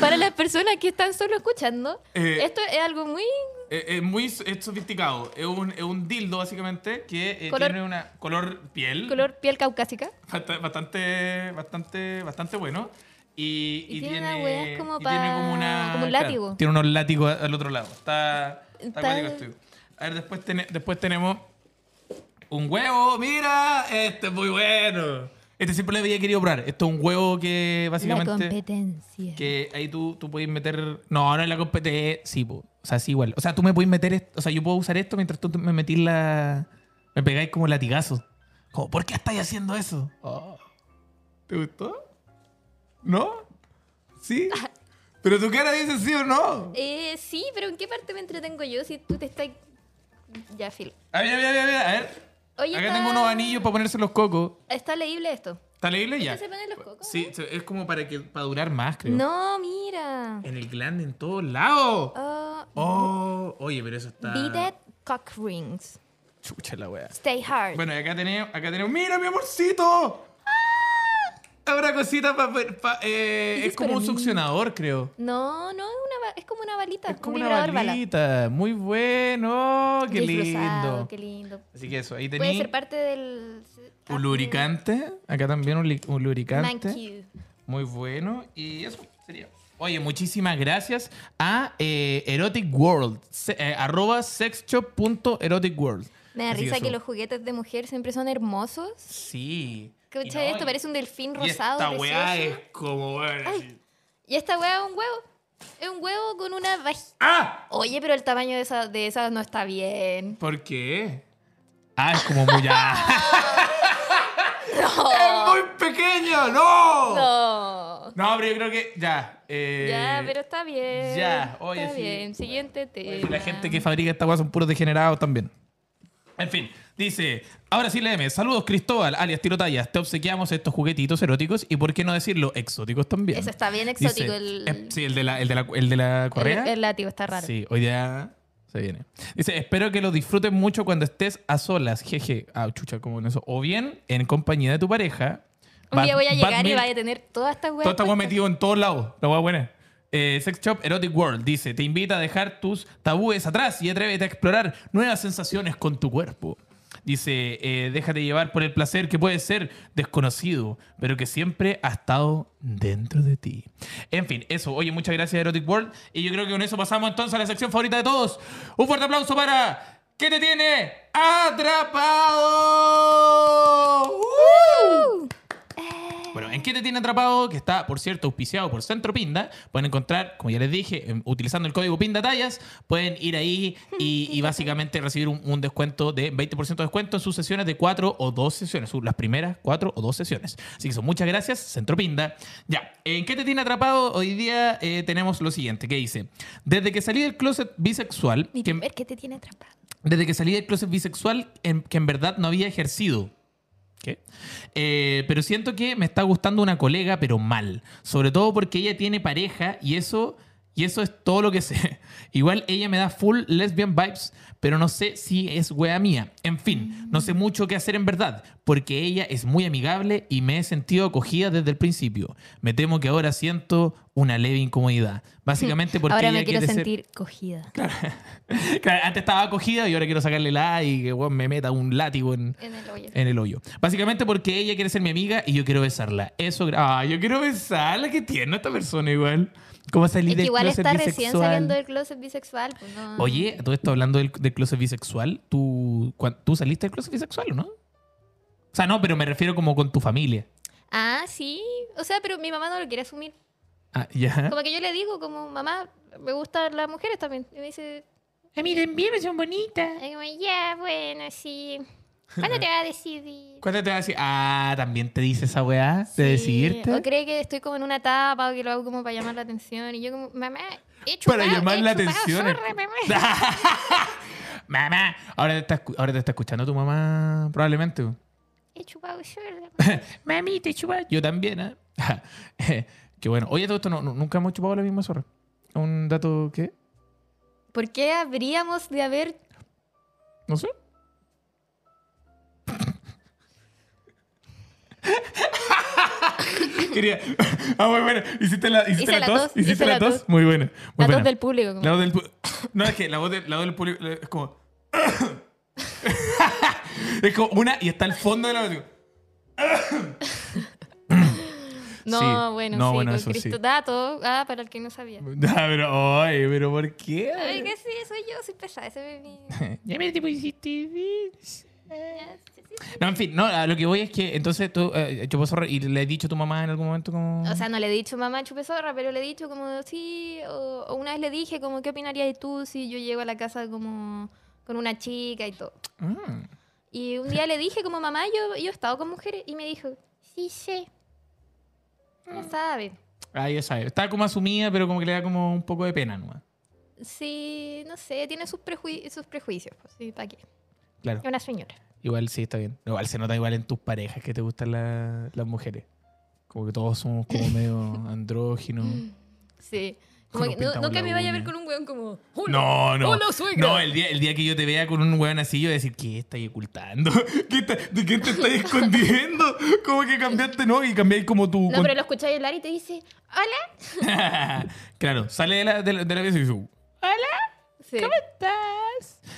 Speaker 3: para las personas que están solo escuchando,
Speaker 2: Eh,
Speaker 3: esto es algo muy...
Speaker 2: Es Eh, muy s- es sofisticado. Es un, es un dildo, básicamente, que eh,
Speaker 3: Color-
Speaker 2: tiene una color piel.
Speaker 3: color piel caucásica.
Speaker 2: bast- Bastante, bastante, bastante bueno. Y,
Speaker 3: Y
Speaker 2: y
Speaker 3: tiene una weá como
Speaker 2: y tiene
Speaker 3: pa-
Speaker 2: como, una-
Speaker 3: como un
Speaker 2: claro,
Speaker 3: látigo.
Speaker 2: tiene unos látigos a- al otro lado. Está. Está,
Speaker 3: Está-
Speaker 2: cuático esto. A ver, después, tene- después tenemos. Un huevo, mira, este es muy bueno. Este siempre lo había querido probar. Esto es un huevo que
Speaker 3: La
Speaker 2: básicamente.
Speaker 3: competencia.
Speaker 2: Que ahí tú, tú puedes meter. No, no en la competencia. Sí, po. o sea, sí, igual. O sea, tú me puedes meter. est- O sea, yo puedo usar esto mientras tú me metís la. Me pegáis como latigazos. Como, ¿por qué estáis haciendo eso? Oh. ¿Te gustó? ¿No? ¿Sí?
Speaker 3: Ah.
Speaker 2: Pero tu cara dice sí o no.
Speaker 3: Eh, sí, pero ¿en qué parte me entretengo yo si tú te estás... Ya, Phil.
Speaker 2: A ver, a ver, a ver, a ver. a ver.
Speaker 3: Oye,
Speaker 2: Acá
Speaker 3: está-
Speaker 2: tengo unos anillos para ponerse los cocos.
Speaker 3: ¿Está leíble esto?
Speaker 2: ¿Está leíble ya?
Speaker 3: ¿Este se ponen los cocos,
Speaker 2: Sí, se- es como para que para durar más, creo.
Speaker 3: No, mira.
Speaker 2: En el glande, en todos lados.
Speaker 3: Oh,
Speaker 2: Oh, oye, pero eso está.
Speaker 3: Beaded cock rings.
Speaker 2: Chucha la wea.
Speaker 3: Stay hard.
Speaker 2: Bueno, y acá tenemos, acá tenemos. ¡Mira, mi amorcito! Habrá cositas para.
Speaker 3: Ah. Ese
Speaker 2: eh, es
Speaker 3: es
Speaker 2: como
Speaker 3: para
Speaker 2: un
Speaker 3: mí.
Speaker 2: succionador, creo.
Speaker 3: No, no, es, una, va- es como una balita.
Speaker 2: Es como
Speaker 3: un
Speaker 2: una
Speaker 3: vibrador bala.
Speaker 2: balita. Muy bueno. Qué
Speaker 3: Disfrazado,
Speaker 2: lindo.
Speaker 3: Qué lindo.
Speaker 2: Así que eso, ahí
Speaker 3: Puede
Speaker 2: tenéis.
Speaker 3: ser parte del.
Speaker 2: Un lubricante. Acá también un, li- un
Speaker 3: Man
Speaker 2: lubricante.
Speaker 3: cube.
Speaker 2: Muy bueno. Y eso sería. Oye, muchísimas gracias a eh, Erotic World. se- eh, arroba sexshop.eroticworld.
Speaker 3: Me da
Speaker 2: Así
Speaker 3: risa que
Speaker 2: eso.
Speaker 3: los juguetes de mujer siempre son hermosos.
Speaker 2: Sí.
Speaker 3: Escucha
Speaker 2: Y no,
Speaker 3: esto,
Speaker 2: y-
Speaker 3: parece un delfín
Speaker 2: y
Speaker 3: rosado.
Speaker 2: Esta weá
Speaker 3: precioso.
Speaker 2: es como. weón, así.
Speaker 3: Ay. Y esta weá es un huevo. Es un huevo con una vagi-
Speaker 2: ¡Ah!
Speaker 3: Oye, pero el tamaño de esa, de esa no está bien.
Speaker 2: ¿Por qué? Ah, es como muy. ¡Ah!
Speaker 3: No.
Speaker 2: ¡Es muy pequeño! ¡No!
Speaker 3: No.
Speaker 2: No, pero yo creo que ya. eh,
Speaker 3: ya, pero está bien.
Speaker 2: ya, oye,
Speaker 3: Está
Speaker 2: sí.
Speaker 3: bien, siguiente tema.
Speaker 2: Y la gente que fabrica esta weá son puros degenerados también. En fin, dice, ahora sí M, saludos Cristóbal, alias Tirotallas, te obsequiamos estos juguetitos eróticos y por qué no decirlo, exóticos también.
Speaker 3: Eso está bien
Speaker 2: Dice,
Speaker 3: exótico. el,
Speaker 2: eh, sí, el de la, el de la, el de la correa.
Speaker 3: el- el látigo está raro.
Speaker 2: Sí, hoy día se viene. Dice, espero que lo disfrutes mucho cuando estés a solas, jeje. Ah, chucha, como en eso. O bien en compañía de tu pareja.
Speaker 3: Un día
Speaker 2: Bad-
Speaker 3: voy a
Speaker 2: Bad
Speaker 3: llegar y
Speaker 2: Milk-
Speaker 3: vaya a tener todas estas weas.
Speaker 2: todo está
Speaker 3: puestas.
Speaker 2: metido en todos lados. La hueá buena. Eh, Sex Shop Erotic World dice: Te invita a dejar tus tabúes atrás y atrévete a explorar nuevas sensaciones con tu cuerpo. Dice: eh, Déjate llevar por el placer que puede ser desconocido, pero que siempre ha estado dentro de ti. En fin, eso. Oye, muchas gracias, Erotic World. Y yo creo que con eso pasamos entonces a la sección favorita de todos. Un fuerte aplauso para. ¿Qué te tiene? ¡Atrapado! ¡Uh! Bueno, ¿en qué te tiene atrapado? Que está, por cierto, auspiciado por Centro Pinda. Pueden encontrar, como ya les dije, em, utilizando el código Pinda Tallas, pueden ir ahí y, y básicamente recibir un, un descuento de 20% de descuento en sus sesiones de 4 o 2 sesiones, sus- las primeras 4 o 2 sesiones. Así que eso, muchas gracias, Centro Pinda. Ya, ¿en qué te tiene atrapado? Hoy día eh, tenemos lo siguiente, que dice, desde que salí del closet bisexual,
Speaker 3: Mi
Speaker 2: que-
Speaker 3: primer que te tiene atrapado.
Speaker 2: desde que salí del closet bisexual en- que en verdad no había ejercido. ¿Qué? Eh, pero siento que me está gustando una colega, pero mal. Sobre todo porque ella tiene pareja y eso, y eso es todo lo que sé. Igual ella me da full lesbian vibes, pero no sé si es wea mía. En fin, no sé mucho qué hacer en verdad, porque ella es muy amigable y me he sentido acogida desde el principio. Me temo que ahora siento una leve incomodidad. Básicamente porque
Speaker 3: Ahora
Speaker 2: ella
Speaker 3: me quiero
Speaker 2: quiere ser-
Speaker 3: sentir cogida.
Speaker 2: Claro, antes estaba acogida y ahora quiero sacarle la y que weón, me meta un látigo en,
Speaker 3: En el hoyo.
Speaker 2: en el hoyo. Básicamente porque ella quiere ser mi amiga y yo quiero besarla. Eso, gra- ah, yo quiero besarla, qué tierna esta persona igual. ¿Cómo salir
Speaker 3: Es que
Speaker 2: del
Speaker 3: igual
Speaker 2: closet
Speaker 3: está recién
Speaker 2: bisexual?
Speaker 3: saliendo del closet bisexual. Pues no.
Speaker 2: Oye, todo esto hablando del, del closet bisexual, ¿tú, cuan- ¿tú saliste del closet bisexual o no? O sea, no, pero me refiero como con tu familia.
Speaker 3: Ah, sí. O sea, pero mi mamá no lo quiere asumir.
Speaker 2: Ah, ya.
Speaker 3: Como que yo le digo, como mamá, me gustan las mujeres también. Y me dice,
Speaker 2: A mí también me son bonitas.
Speaker 3: ay, como, ya, bueno, sí. ¿Cuándo te vas a decidir?
Speaker 2: ¿Cuándo te vas a decir? Ah, también te dice esa weá de decidirte.
Speaker 3: O cree que estoy como en una etapa o que lo hago como para llamar la atención. Y yo como, mamá, he chupado,
Speaker 2: Para llamar
Speaker 3: he
Speaker 2: la
Speaker 3: chupado,
Speaker 2: atención. eh".
Speaker 3: zorra, mamá".
Speaker 2: mamá, ahora te, está, escu- ahora te está escuchando tu mamá, probablemente.
Speaker 3: He chupado zorra.
Speaker 2: Mami, te chupas. Yo también, ¿ah? Qué bueno. Oye, todo esto no- no- nunca hemos chupado la misma zorra. Un dato que.
Speaker 3: ¿Por qué habríamos de haber...
Speaker 2: No sé. Quería. Ah, muy bueno. ¿Hiciste la, hiciste
Speaker 3: Hice
Speaker 2: la
Speaker 3: la
Speaker 2: tos?
Speaker 3: tos,
Speaker 2: ¿Hiciste
Speaker 3: hice
Speaker 2: la
Speaker 3: la
Speaker 2: tos?
Speaker 3: tos.
Speaker 2: Muy buena. Muy
Speaker 3: La
Speaker 2: buena.
Speaker 3: voz del público. como,
Speaker 2: La voz del pu- No, es que la voz, de- la voz del público eh, es como. es como una y está al fondo de la voz. digo,
Speaker 3: no,
Speaker 2: sí,
Speaker 3: bueno,
Speaker 2: no, bueno,
Speaker 3: sí, con
Speaker 2: eso sí.
Speaker 3: Cristo. Dato, ah, para el que no sabía.
Speaker 2: Ah, pero, ay, pero ¿por qué?
Speaker 3: Ay, que sí, soy yo, soy pesada, ese es mi...
Speaker 2: Ya me te pusiste bien.
Speaker 3: Ya, sí, sí.
Speaker 2: No, en fin, no, a lo que voy es que entonces tú, eh, chupó zorra y le he dicho a tu mamá en algún momento como.
Speaker 3: O sea, no le he dicho mamá chupe zorra, pero le he dicho como sí, o, o una vez le dije como qué opinarías tú si yo llego a la casa como con una chica y todo.
Speaker 2: Ah.
Speaker 3: Y un día le dije como mamá, yo, yo he estado con mujeres y me dijo, sí sé. No sabe.
Speaker 2: Ah, ya sabes. Estaba como asumida, pero como que le da como un poco de pena nomás.
Speaker 3: Sí, no sé, tiene sus, prejui- sus prejuicios. Pues, sí, ¿para qué?
Speaker 2: Claro.
Speaker 3: Es una señora.
Speaker 2: Igual sí, está bien. Igual se nota igual en tus parejas que te gustan la- las mujeres. Como que todos somos como medio andróginos.
Speaker 3: Sí. Como
Speaker 2: Nos
Speaker 3: que no-
Speaker 2: pintamos
Speaker 3: nunca
Speaker 2: la
Speaker 3: me vaya a ver
Speaker 2: uña.
Speaker 3: con un weón como... "Hola,
Speaker 2: No, no.
Speaker 3: hola, suegra".
Speaker 2: No, el día, el día que yo te vea con un hueón así, yo voy a decir, ¿qué estáis ocultando? ¿Qué está- ¿De qué te estáis escondiendo? Como que cambiaste, ¿no? Y cambiáis como tu...
Speaker 3: No, pero lo escucháis hablar y te dice, hola.
Speaker 2: claro, sale de la, de la, de la pieza y dice, "Uh".
Speaker 3: Sí.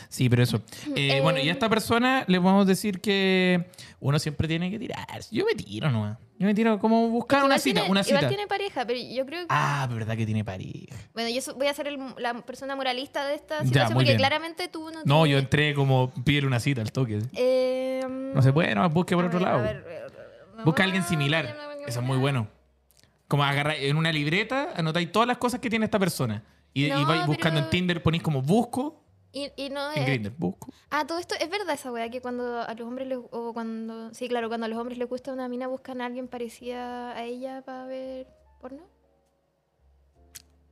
Speaker 2: Sí, pero eso. Eh,
Speaker 3: Eh.
Speaker 2: Bueno, y a esta persona le podemos decir que uno siempre tiene que tirarse. Yo me tiro nomás. Yo me tiro como buscar Ah, una
Speaker 3: Igual
Speaker 2: cita,
Speaker 3: tiene-
Speaker 2: una cita.
Speaker 3: Igual tiene pareja, pero yo creo que...
Speaker 2: Ah, verdad que tiene pareja.
Speaker 3: Bueno, yo so- voy a ser el- la persona moralista de esta
Speaker 2: Ya,
Speaker 3: situación
Speaker 2: muy
Speaker 3: porque
Speaker 2: bien.
Speaker 3: claramente tú no...
Speaker 2: No, yo
Speaker 3: tienes-
Speaker 2: entré como pídele una cita al toque.
Speaker 3: Eh,
Speaker 2: No se puede, no, busque por
Speaker 3: a
Speaker 2: otro
Speaker 3: ver, a
Speaker 2: lado.
Speaker 3: ver, a ver, a ver.
Speaker 2: Busca a alguien similar. Eso es muy bueno. Como agarrar en una libreta, anotáis todas las cosas que tiene esta persona. Y, y
Speaker 3: No,
Speaker 2: vais buscando en
Speaker 3: pero-
Speaker 2: Tinder, ponéis como busco
Speaker 3: Y, y no
Speaker 2: en
Speaker 3: es-
Speaker 2: Grindr. Busco.
Speaker 3: Ah, todo esto es verdad esa weá que cuando a los hombres les, o cuando sí claro cuando a los hombres les gusta una mina buscan a alguien parecida a ella para ver ¿Porno?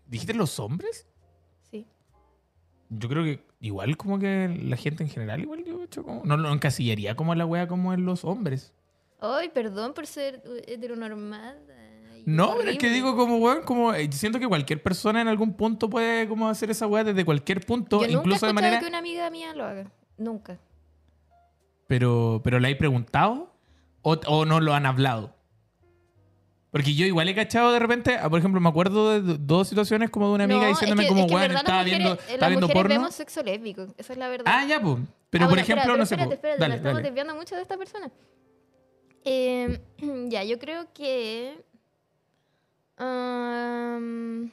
Speaker 2: ¿Dijiste los hombres?
Speaker 3: Sí.
Speaker 2: Yo creo que igual como que la gente en general, igual yo hecho como... No lo encasillaría como a la wea como en los hombres.
Speaker 3: Ay, perdón por ser eh, heteronormada. y
Speaker 2: No, pero es que
Speaker 3: horrible.
Speaker 2: digo como, weón, como... eh, siento que cualquier persona en algún punto puede como hacer esa wea desde cualquier punto,
Speaker 3: Yo nunca he
Speaker 2: incluso de
Speaker 3: escuchado
Speaker 2: manera...
Speaker 3: que una amiga mía lo haga. Nunca.
Speaker 2: Pero, pero ¿la hay preguntado? ¿O, o no lo han hablado? Porque yo igual he cachado de repente, ah, por ejemplo, me acuerdo de do- dos situaciones como de una amiga
Speaker 3: No, es
Speaker 2: diciéndome
Speaker 3: que-
Speaker 2: como,
Speaker 3: es que en
Speaker 2: weón,
Speaker 3: verdad las
Speaker 2: estaba
Speaker 3: mujeres-
Speaker 2: viendo,
Speaker 3: eh,
Speaker 2: estaba
Speaker 3: las
Speaker 2: viendo
Speaker 3: mujeres
Speaker 2: porno.
Speaker 3: vemos sexo lésbico. Esa es la verdad.
Speaker 2: Ah, ya, pues. Pero
Speaker 3: Ah,
Speaker 2: por
Speaker 3: bueno,
Speaker 2: ejemplo,
Speaker 3: espérate,
Speaker 2: no sé.
Speaker 3: Espérate,
Speaker 2: po.
Speaker 3: espérate, nos
Speaker 2: dale,
Speaker 3: estamos
Speaker 2: dale.
Speaker 3: desviando mucho de esta persona. Eh, ya, yo creo que. um,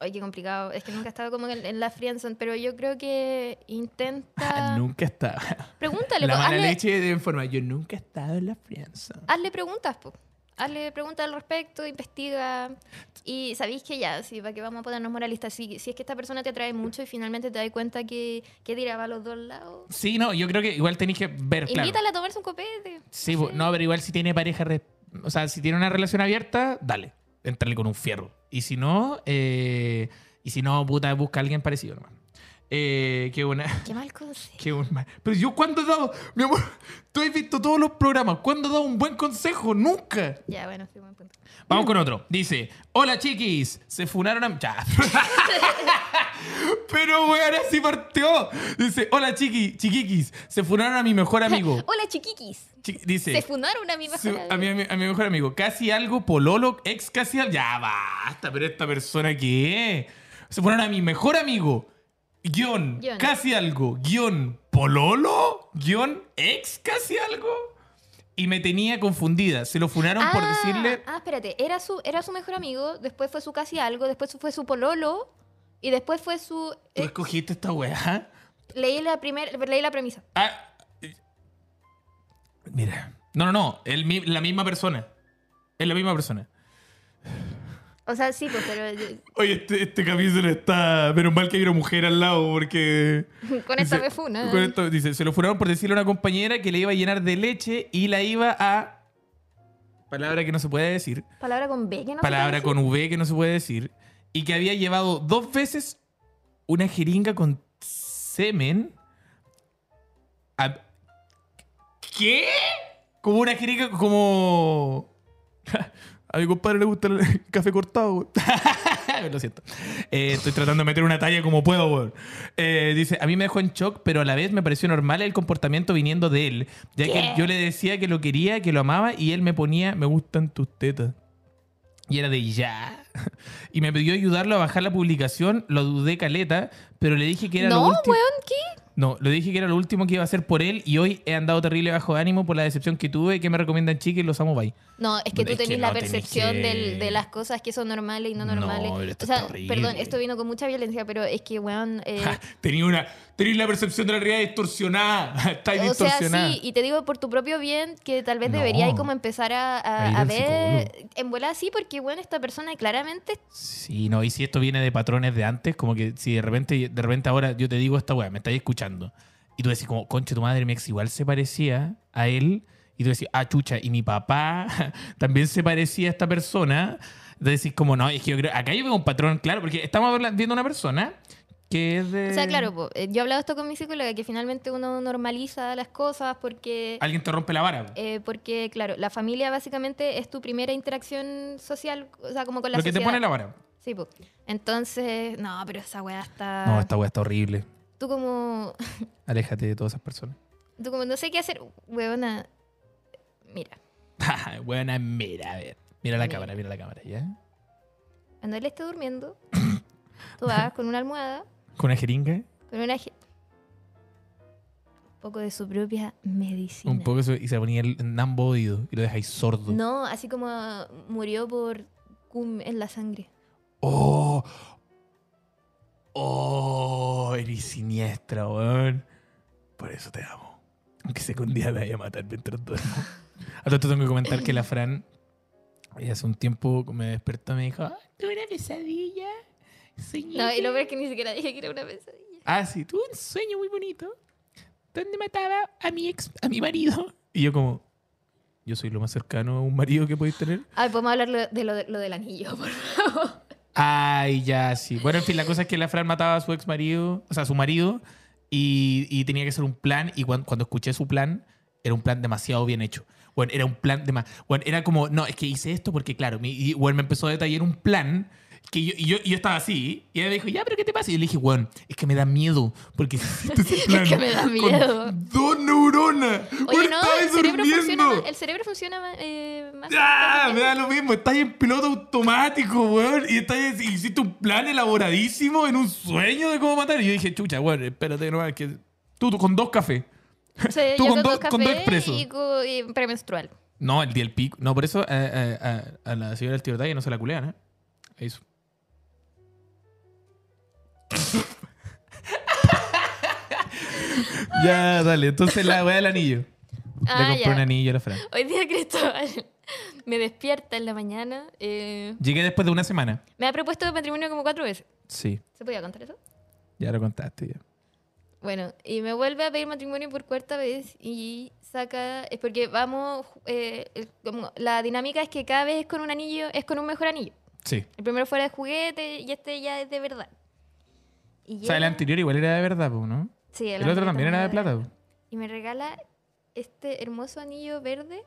Speaker 3: Ay, qué complicado. Es que nunca estaba como en, en la Friendzone, pero yo creo que intenta.
Speaker 2: Ah, nunca estaba.
Speaker 3: Pregúntale,
Speaker 2: La
Speaker 3: po,
Speaker 2: mala
Speaker 3: pues, hazle,
Speaker 2: leche de forma. Yo nunca he estado en la prensa.
Speaker 3: hazle preguntas, po. Hazle preguntas al respecto, investiga. Y sabéis que ya, sí, para que vamos a ponernos moralistas. Si, si es que esta persona te atrae mucho y finalmente te das cuenta que, que tiraba a los dos lados,
Speaker 2: Sí, no, yo creo que igual tenéis que ver, claro.
Speaker 3: invítala a tomarse un copete.
Speaker 2: Sí, po, no, pero igual si tiene pareja, re- o sea, si tiene una relación abierta, dale, entrale con un fierro. Y si no, eh, y si no, puta, busca a alguien parecido, hermano. Eh, qué buena.
Speaker 3: Qué mal consejo.
Speaker 2: Qué buen ma- Pero yo cuando he dado, mi amor, tú has visto todos los programas, ¿cuándo he dado un buen consejo? Nunca.
Speaker 3: Ya, bueno, sí, buen punto.
Speaker 2: Vamos con otro. Dice, hola chiquis, se funaron a... Ya. Pero weón, así partió. Dice, hola chiqui, chiquiquis, se funaron a mi mejor amigo.
Speaker 3: Hola, chiquiquis.
Speaker 2: Chi- dice,
Speaker 3: Se fundaron a mi mejor
Speaker 2: su- a, mi,
Speaker 3: amigo.
Speaker 2: a mi- a mi mejor amigo. Casi algo, pololo, ex casi algo. Ya basta, pero esta persona que Se fueron a mi mejor amigo. Guión,
Speaker 3: Guión.
Speaker 2: casi algo. Guión, pololo. Guión, ex casi algo. Y me tenía confundida. Se lo funaron por
Speaker 3: Ah,
Speaker 2: decirle.
Speaker 3: Ah, espérate. Era su, era su mejor amigo, después fue su casi algo, después fue su pololo y después fue su...
Speaker 2: ¿Tú
Speaker 3: eh,
Speaker 2: escogiste esta weá?
Speaker 3: leí, la primer, leí la premisa.
Speaker 2: Ah, eh, mira. No, no, no. el mi- la misma persona. Es la misma persona.
Speaker 3: O sea, sí, pues, pero
Speaker 2: Oye, este, este capítulo está. Menos mal que hay una mujer al lado, porque.
Speaker 3: eh, con esta
Speaker 2: Dice-
Speaker 3: me funa.
Speaker 2: con esto- dice, se lo funaron por decirle a una compañera que le iba a llenar de leche y la iba a. Palabra que no se puede decir.
Speaker 3: Palabra con B, que no se
Speaker 2: palabra
Speaker 3: puede
Speaker 2: con V que no se puede decir. Y que había llevado dos veces una jeringa con semen. a- ¿Qué? Como una jeringa, como. A mi compadre le gusta el café cortado, weón. Lo siento. Eh, estoy tratando de meter una talla como puedo, weón. Eh, dice, a mí me dejó en shock, pero a la vez me pareció normal el comportamiento viniendo de él. Ya que
Speaker 3: ¿Qué?
Speaker 2: yo le decía que lo quería, que lo amaba, y él me ponía, me gustan tus tetas. Y era de ya. Y me pidió ayudarlo a bajar la publicación, lo dudé caleta, pero le dije que
Speaker 3: decir.
Speaker 2: era lo
Speaker 3: No,
Speaker 2: último.
Speaker 3: weón, ¿qué?
Speaker 2: No, le dije que era lo último que iba a hacer por él y hoy he andado terrible bajo de ánimo por la decepción que tuve. que me recomiendan chiques? Los amo, bye.
Speaker 3: No, es que
Speaker 2: Es que
Speaker 3: tú tenés la
Speaker 2: no tenés
Speaker 3: percepción
Speaker 2: que-
Speaker 3: del- de las cosas que son normales y no
Speaker 2: No,
Speaker 3: normales.
Speaker 2: pero esto
Speaker 3: o sea,
Speaker 2: está horrible.
Speaker 3: perdón, esto vino con mucha violencia, pero es que, weón... eh,
Speaker 2: Ja, tenía, una, tenía la percepción de la realidad distorsionada. Está
Speaker 3: O sea,
Speaker 2: distorsionada.
Speaker 3: sí, y te digo por tu propio bien que tal vez
Speaker 2: No.
Speaker 3: deberías como empezar a, a-
Speaker 2: A ir
Speaker 3: a
Speaker 2: al
Speaker 3: ver en volada sí, porque bueno, esta persona claramente
Speaker 2: Sí, no, y si esto viene de patrones de antes, como que si de repente, de repente ahora yo te digo esta weá, me estáis escuchando, y tú decís como, conche tu madre, mi ex igual se parecía a él, y tú decís, ah, chucha, y mi papá también se parecía a esta persona, tú decís como, no, es que yo creo, acá yo veo un patrón, claro, porque estamos habla- viendo una persona que es de...
Speaker 3: O sea, claro, po, eh, yo he hablado esto con mi psicóloga, que finalmente uno normaliza las cosas porque,
Speaker 2: Alguien te rompe la vara.
Speaker 3: eh, porque claro, la familia básicamente es tu primera interacción social, o sea, como con la
Speaker 2: lo que te
Speaker 3: sociedad.
Speaker 2: pone la vara.
Speaker 3: Sí, po. Entonces, no, pero esa weá está...
Speaker 2: No, esta weá está horrible.
Speaker 3: Tú como...
Speaker 2: Aléjate de todas esas personas.
Speaker 3: Tú como no sé qué hacer, weona... Mira,
Speaker 2: Buena, Ah, mira, a ver. Mira la
Speaker 3: Mira.
Speaker 2: cámara, mira la cámara, ¿ya?
Speaker 3: cuando él esté durmiendo, tú vas con una almohada...
Speaker 2: Con una jeringa.
Speaker 3: con una ge- un poco de su propia medicina.
Speaker 2: Un poco eso, y se ponía el nambo oído y lo dejáis sordo.
Speaker 3: No, así como murió por cum en la sangre.
Speaker 2: ¡Oh! ¡Oh! Eres siniestra, weón. Por eso te amo. Aunque sé que un día me vaya a matar mientras duermo. A todo esto tengo que comentar que la Fran, eh, hace un tiempo me despertó y me dijo: "Ah, Tuve una pesadilla. Soñé
Speaker 3: No, y
Speaker 2: que-
Speaker 3: lo peor es que ni siquiera dije que era una pesadilla.
Speaker 2: Ah, sí, tuve un sueño muy bonito donde mataba a mi ex, a mi marido. Y yo como, Yo soy lo más cercano a un marido que podéis tener.
Speaker 3: A ver, podemos hablar lo- de lo, de- lo del anillo, por favor.
Speaker 2: Ay, ya, sí. Bueno, en fin, la cosa es que la Fran mataba a su ex marido, o sea, a su marido, y, y tenía que hacer un plan. Y cuan- cuando escuché su plan, era un plan demasiado bien hecho. Bueno, era un plan de más. Bueno, era como, no, es que hice esto porque, claro, mi, y, bueno, me empezó a detallar un plan. Que yo, y yo, y yo estaba así, y ella me dijo, ya, pero ¿qué te pasa? Y yo le dije, bueno, es que me da miedo, porque hiciste ese plan
Speaker 3: que me da
Speaker 2: con
Speaker 3: miedo.
Speaker 2: dos neuronas.
Speaker 3: Oye,
Speaker 2: Bueno,
Speaker 3: no,
Speaker 2: estabas
Speaker 3: el cerebro funciona,
Speaker 2: durmiendo.
Speaker 3: más- el cerebro funciona más, eh, más
Speaker 2: ¡Ah! Me da lo mismo, estás en piloto automático, weón. Y estás, hiciste un plan elaboradísimo en un sueño de cómo matar. Y yo dije, chucha, weón, espérate nomás, que tú, tú con dos cafés.
Speaker 3: O sea,
Speaker 2: Tú
Speaker 3: yo
Speaker 2: con
Speaker 3: con,
Speaker 2: dos-
Speaker 3: dos cafés
Speaker 2: con dos expresos.
Speaker 3: y, co- y premenstrual.
Speaker 2: No, el día del pico. No, por eso eh, eh, a, a la señora del tirotaya no se la culean, ¿eh? Eso. ya, dale. Entonces la weá del anillo. Le
Speaker 3: Ah,
Speaker 2: compré un
Speaker 3: ya.
Speaker 2: anillo a la Fran.
Speaker 3: Hoy día Cristóbal me despierta en la mañana. eh,
Speaker 2: Llegué después de una semana.
Speaker 3: me ha propuesto matrimonio como cuatro veces.
Speaker 2: Sí,
Speaker 3: ¿Se podía contar eso?
Speaker 2: ya lo contaste ya.
Speaker 3: Bueno, y me vuelve a pedir matrimonio por cuarta vez y saca... Es porque vamos... eh, el- como la dinámica es que cada vez es con un anillo, es con un mejor anillo.
Speaker 2: Sí.
Speaker 3: El primero fuera de juguete y este ya es de verdad. Y
Speaker 2: O sea, el
Speaker 3: llega-
Speaker 2: anterior igual era de verdad, po, ¿no?
Speaker 3: Sí,
Speaker 2: El otro también era de plata, po.
Speaker 3: Y me regala este hermoso anillo verde.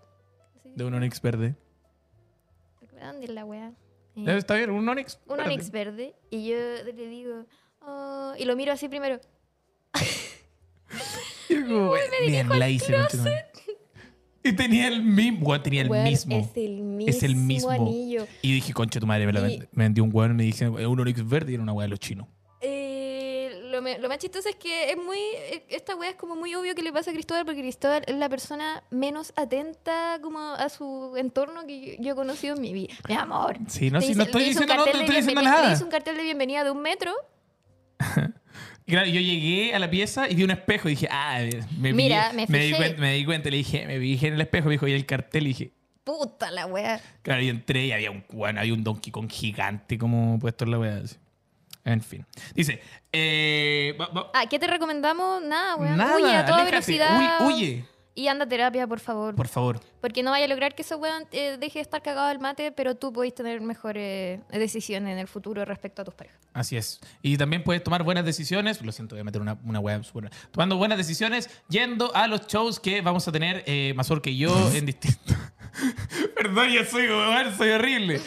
Speaker 3: Así,
Speaker 2: De un Onix verde.
Speaker 3: ¿Dónde es la weá? Eh,
Speaker 2: Ya, Está bien, un Onix.
Speaker 3: un
Speaker 2: verde.
Speaker 3: onix verde. Y yo le digo... "Oh", y lo miro así primero.
Speaker 2: Y yo como, Bien, la hice, conchetumare. Y tenía el mismo. Weón, tenía el
Speaker 3: Weón,
Speaker 2: mismo.
Speaker 3: Es el mismo,
Speaker 2: Es el mismo.
Speaker 3: anillo.
Speaker 2: Y dije, concha tu madre, me, la
Speaker 3: Y-
Speaker 2: vend- me vendió un weón y me dije, un Onix verde y era una weá de los chinos.
Speaker 3: Eh, lo, me- lo más chistoso es que es muy. eh, Esta wea es como muy obvio que le pasa a Cristóbal, porque Cristóbal es la persona menos atenta como a su entorno que yo, yo he conocido en mi vida. Mi amor.
Speaker 2: Sí, no,
Speaker 3: Te
Speaker 2: sí,
Speaker 3: hice-
Speaker 2: no
Speaker 3: le
Speaker 2: estoy
Speaker 3: hice un
Speaker 2: diciendo, no,
Speaker 3: cartel
Speaker 2: no
Speaker 3: de
Speaker 2: estoy diciendo
Speaker 3: bienvenida- Le
Speaker 2: nada.
Speaker 3: hice un cartel de bienvenida de un metro.
Speaker 2: Y claro, yo llegué a la pieza y vi un espejo y dije, ah, me,
Speaker 3: Mira,
Speaker 2: pillé-
Speaker 3: me
Speaker 2: di
Speaker 3: fijé.
Speaker 2: cuenta, me di cuenta, le dije, me fijé en el espejo, me dijo, y el cartel, y dije,
Speaker 3: Puta la wea.
Speaker 2: Claro, y entré y había un, bueno, había un Donkey Kong gigante como puesto en la weá. así. En fin. Dice, eh, va- va-
Speaker 3: Ah, ¿qué te recomendamos? Nada, wea.
Speaker 2: nada,
Speaker 3: Ah, huye a toda
Speaker 2: aléjate,
Speaker 3: velocidad.
Speaker 2: huy- Huye,
Speaker 3: Y anda a terapia, por favor.
Speaker 2: por favor.
Speaker 3: Porque no vaya a lograr que ese weón eh, deje de estar cagado al mate, pero tú podéis tener mejores eh, decisiones en el futuro respecto a tus parejas.
Speaker 2: Así es. Y también puedes tomar buenas decisiones. Lo siento, voy a meter una, una web Tomando buenas decisiones, yendo a los shows que vamos a tener eh, Mazor que yo en distintos. Perdón, yo soy weón, soy horrible.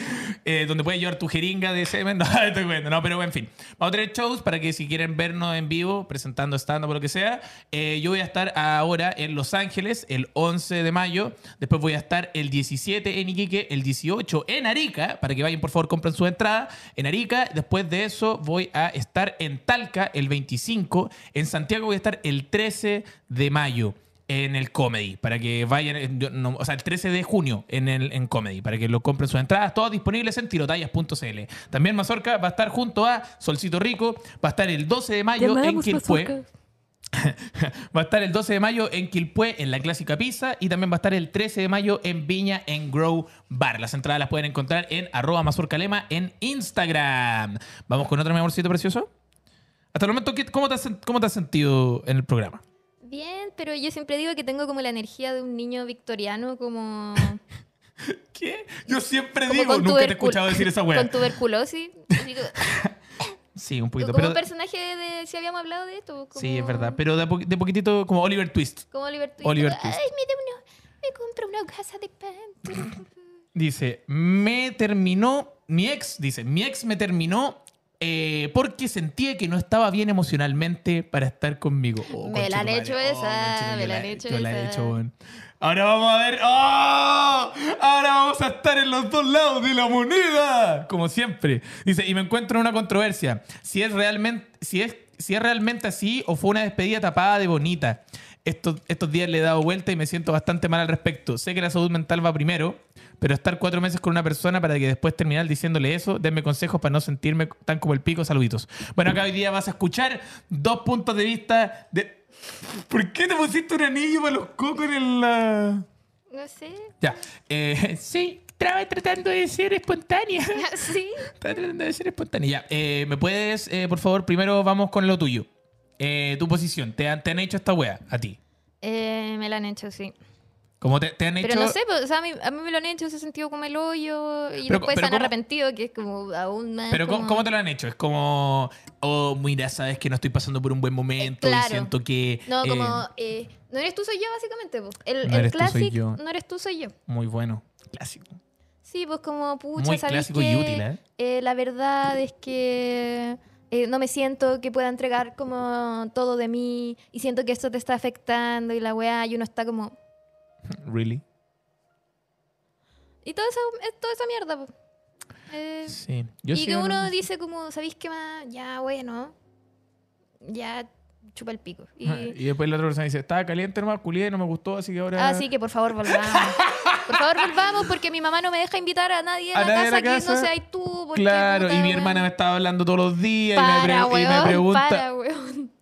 Speaker 2: Eh, donde puedes llevar tu jeringa de semen. No, estoy jugando. No, pero en fin. Vamos a tener shows para que si quieren vernos en vivo, presentando stand-up o lo que sea. eh, yo voy a estar ahora en Los Ángeles el 11 de mayo. Después voy a estar el 17 en Iquique, el 18 en Arica. Para que vayan, por favor, compren su entrada en Arica. Después de eso voy a estar en Talca el 25. En Santiago voy a estar el 13 de mayo en el comedy para que vayan eh, yo no- o sea el 13 de junio en el en comedy para que lo compren sus entradas todas disponibles en tirotallas.cl también Mazorca va a estar junto a Solcito Rico va a estar el 12 de mayo en Quilpué va a estar el 12 de mayo en Quilpué en la clásica pizza y también va a estar el 13 de mayo en Viña en Grow Bar las entradas las pueden encontrar en arroba mazorcalema en Instagram vamos con otro mi amorcito precioso hasta el momento ¿qué- ¿cómo te has, cómo te has sentido en el programa?
Speaker 3: Bien, pero yo siempre digo que tengo como la energía de un niño victoriano, como,
Speaker 2: ¿Qué? Yo siempre
Speaker 3: como
Speaker 2: digo, nunca te he
Speaker 3: tubercul-
Speaker 2: escuchado decir esa wea.
Speaker 3: con tuberculosis. Digo,
Speaker 2: Sí, un poquito.
Speaker 3: como
Speaker 2: Pero,
Speaker 3: personaje de si habíamos hablado de esto. como-
Speaker 2: sí, es verdad. Pero de, a poqu- de poquitito, como Oliver Twist.
Speaker 3: Como Oliver Twist.
Speaker 2: Oliver
Speaker 3: Ay,
Speaker 2: Twist.
Speaker 3: mira uno, me compro una casa de pan.
Speaker 2: Dice, me terminó, mi ex, dice, mi ex me terminó eh, porque sentía que no estaba bien emocionalmente para estar conmigo. Oh,
Speaker 3: Me la han
Speaker 2: conchetumare.
Speaker 3: hecho
Speaker 2: Oh,
Speaker 3: esa,
Speaker 2: conchetumare,
Speaker 3: me
Speaker 2: yo
Speaker 3: la han hecho
Speaker 2: Yo la he
Speaker 3: esa.
Speaker 2: hecho, weón. Ahora vamos a ver. ¡Oh! Ahora vamos a estar en los dos lados de la moneda, como siempre. Dice, y me encuentro en una controversia. Si es realmente, si es, si es realmente así o fue una despedida tapada de bonita. Estos, estos días le he dado vuelta y me siento bastante mal al respecto. Sé que la salud mental va primero, pero estar cuatro meses con una persona para que después terminar diciéndole eso, denme consejos para no sentirme tan como el pico, saluditos. Bueno, acá hoy día vas a escuchar dos puntos de vista de... ¿Por qué te pusiste un anillo para los cocos en el... ah?
Speaker 3: No sé.
Speaker 2: Ya. Eh, sí, estaba tratando de ser espontánea.
Speaker 3: Sí.
Speaker 2: Estaba tratando de ser espontánea. Ya. Eh, ¿Me puedes, eh, por favor, primero vamos con lo tuyo? Eh, tu posición. ¿Te han, te han hecho esta wea a ti?
Speaker 3: Eh, me la han hecho, sí.
Speaker 2: Como te, te han hecho.
Speaker 3: Pero no sé, pues, o sea, a, mí, a mí me lo han hecho, se ha sentido como el hoyo y
Speaker 2: Pero- pero
Speaker 3: después se han
Speaker 2: ¿cómo-
Speaker 3: arrepentido, que es como aún más.
Speaker 2: Pero ¿cómo,
Speaker 3: como-
Speaker 2: cómo te lo han hecho? Es como, oh, mira, sabes que no estoy pasando por un buen momento
Speaker 3: claro.
Speaker 2: y siento que...
Speaker 3: No,
Speaker 2: eh,
Speaker 3: como. eh, no eres tú, soy yo, básicamente. pues. El,
Speaker 2: No
Speaker 3: el
Speaker 2: eres tú, soy
Speaker 3: classic,
Speaker 2: yo.
Speaker 3: no eres tú, soy yo.
Speaker 2: Muy bueno. Clásico.
Speaker 3: Sí, pues como pucha,
Speaker 2: Muy
Speaker 3: ¿sabes
Speaker 2: clásico
Speaker 3: qué?
Speaker 2: y útil, ¿eh?
Speaker 3: Eh, la verdad es que eh, no me siento que pueda entregar como todo de mí y siento que esto te está afectando y la weá, y uno está como...
Speaker 2: Really.
Speaker 3: Y toda esa, eh, toda esa mierda. po. Eh,
Speaker 2: Sí. Yo
Speaker 3: y
Speaker 2: sí
Speaker 3: que
Speaker 2: no-
Speaker 3: uno dice como, ¿sabéis qué más? Ya, bueno, ya chupa el pico. Y,
Speaker 2: Ah, Y después la otra persona dice, estaba caliente nomás, culié, no me gustó, así que ahora...
Speaker 3: así Ah, que por favor volvamos. Por favor volvamos porque mi mamá no me deja invitar a nadie
Speaker 2: A
Speaker 3: a la
Speaker 2: nadie a
Speaker 3: casa,
Speaker 2: la
Speaker 3: que no
Speaker 2: casa.
Speaker 3: seáis tú. porque,
Speaker 2: Claro,
Speaker 3: puta,
Speaker 2: y mi
Speaker 3: weón.
Speaker 2: hermana me estaba hablando todos los días y, me
Speaker 3: Para,
Speaker 2: pre- y me
Speaker 3: weón,
Speaker 2: pregunta...
Speaker 3: para, weón.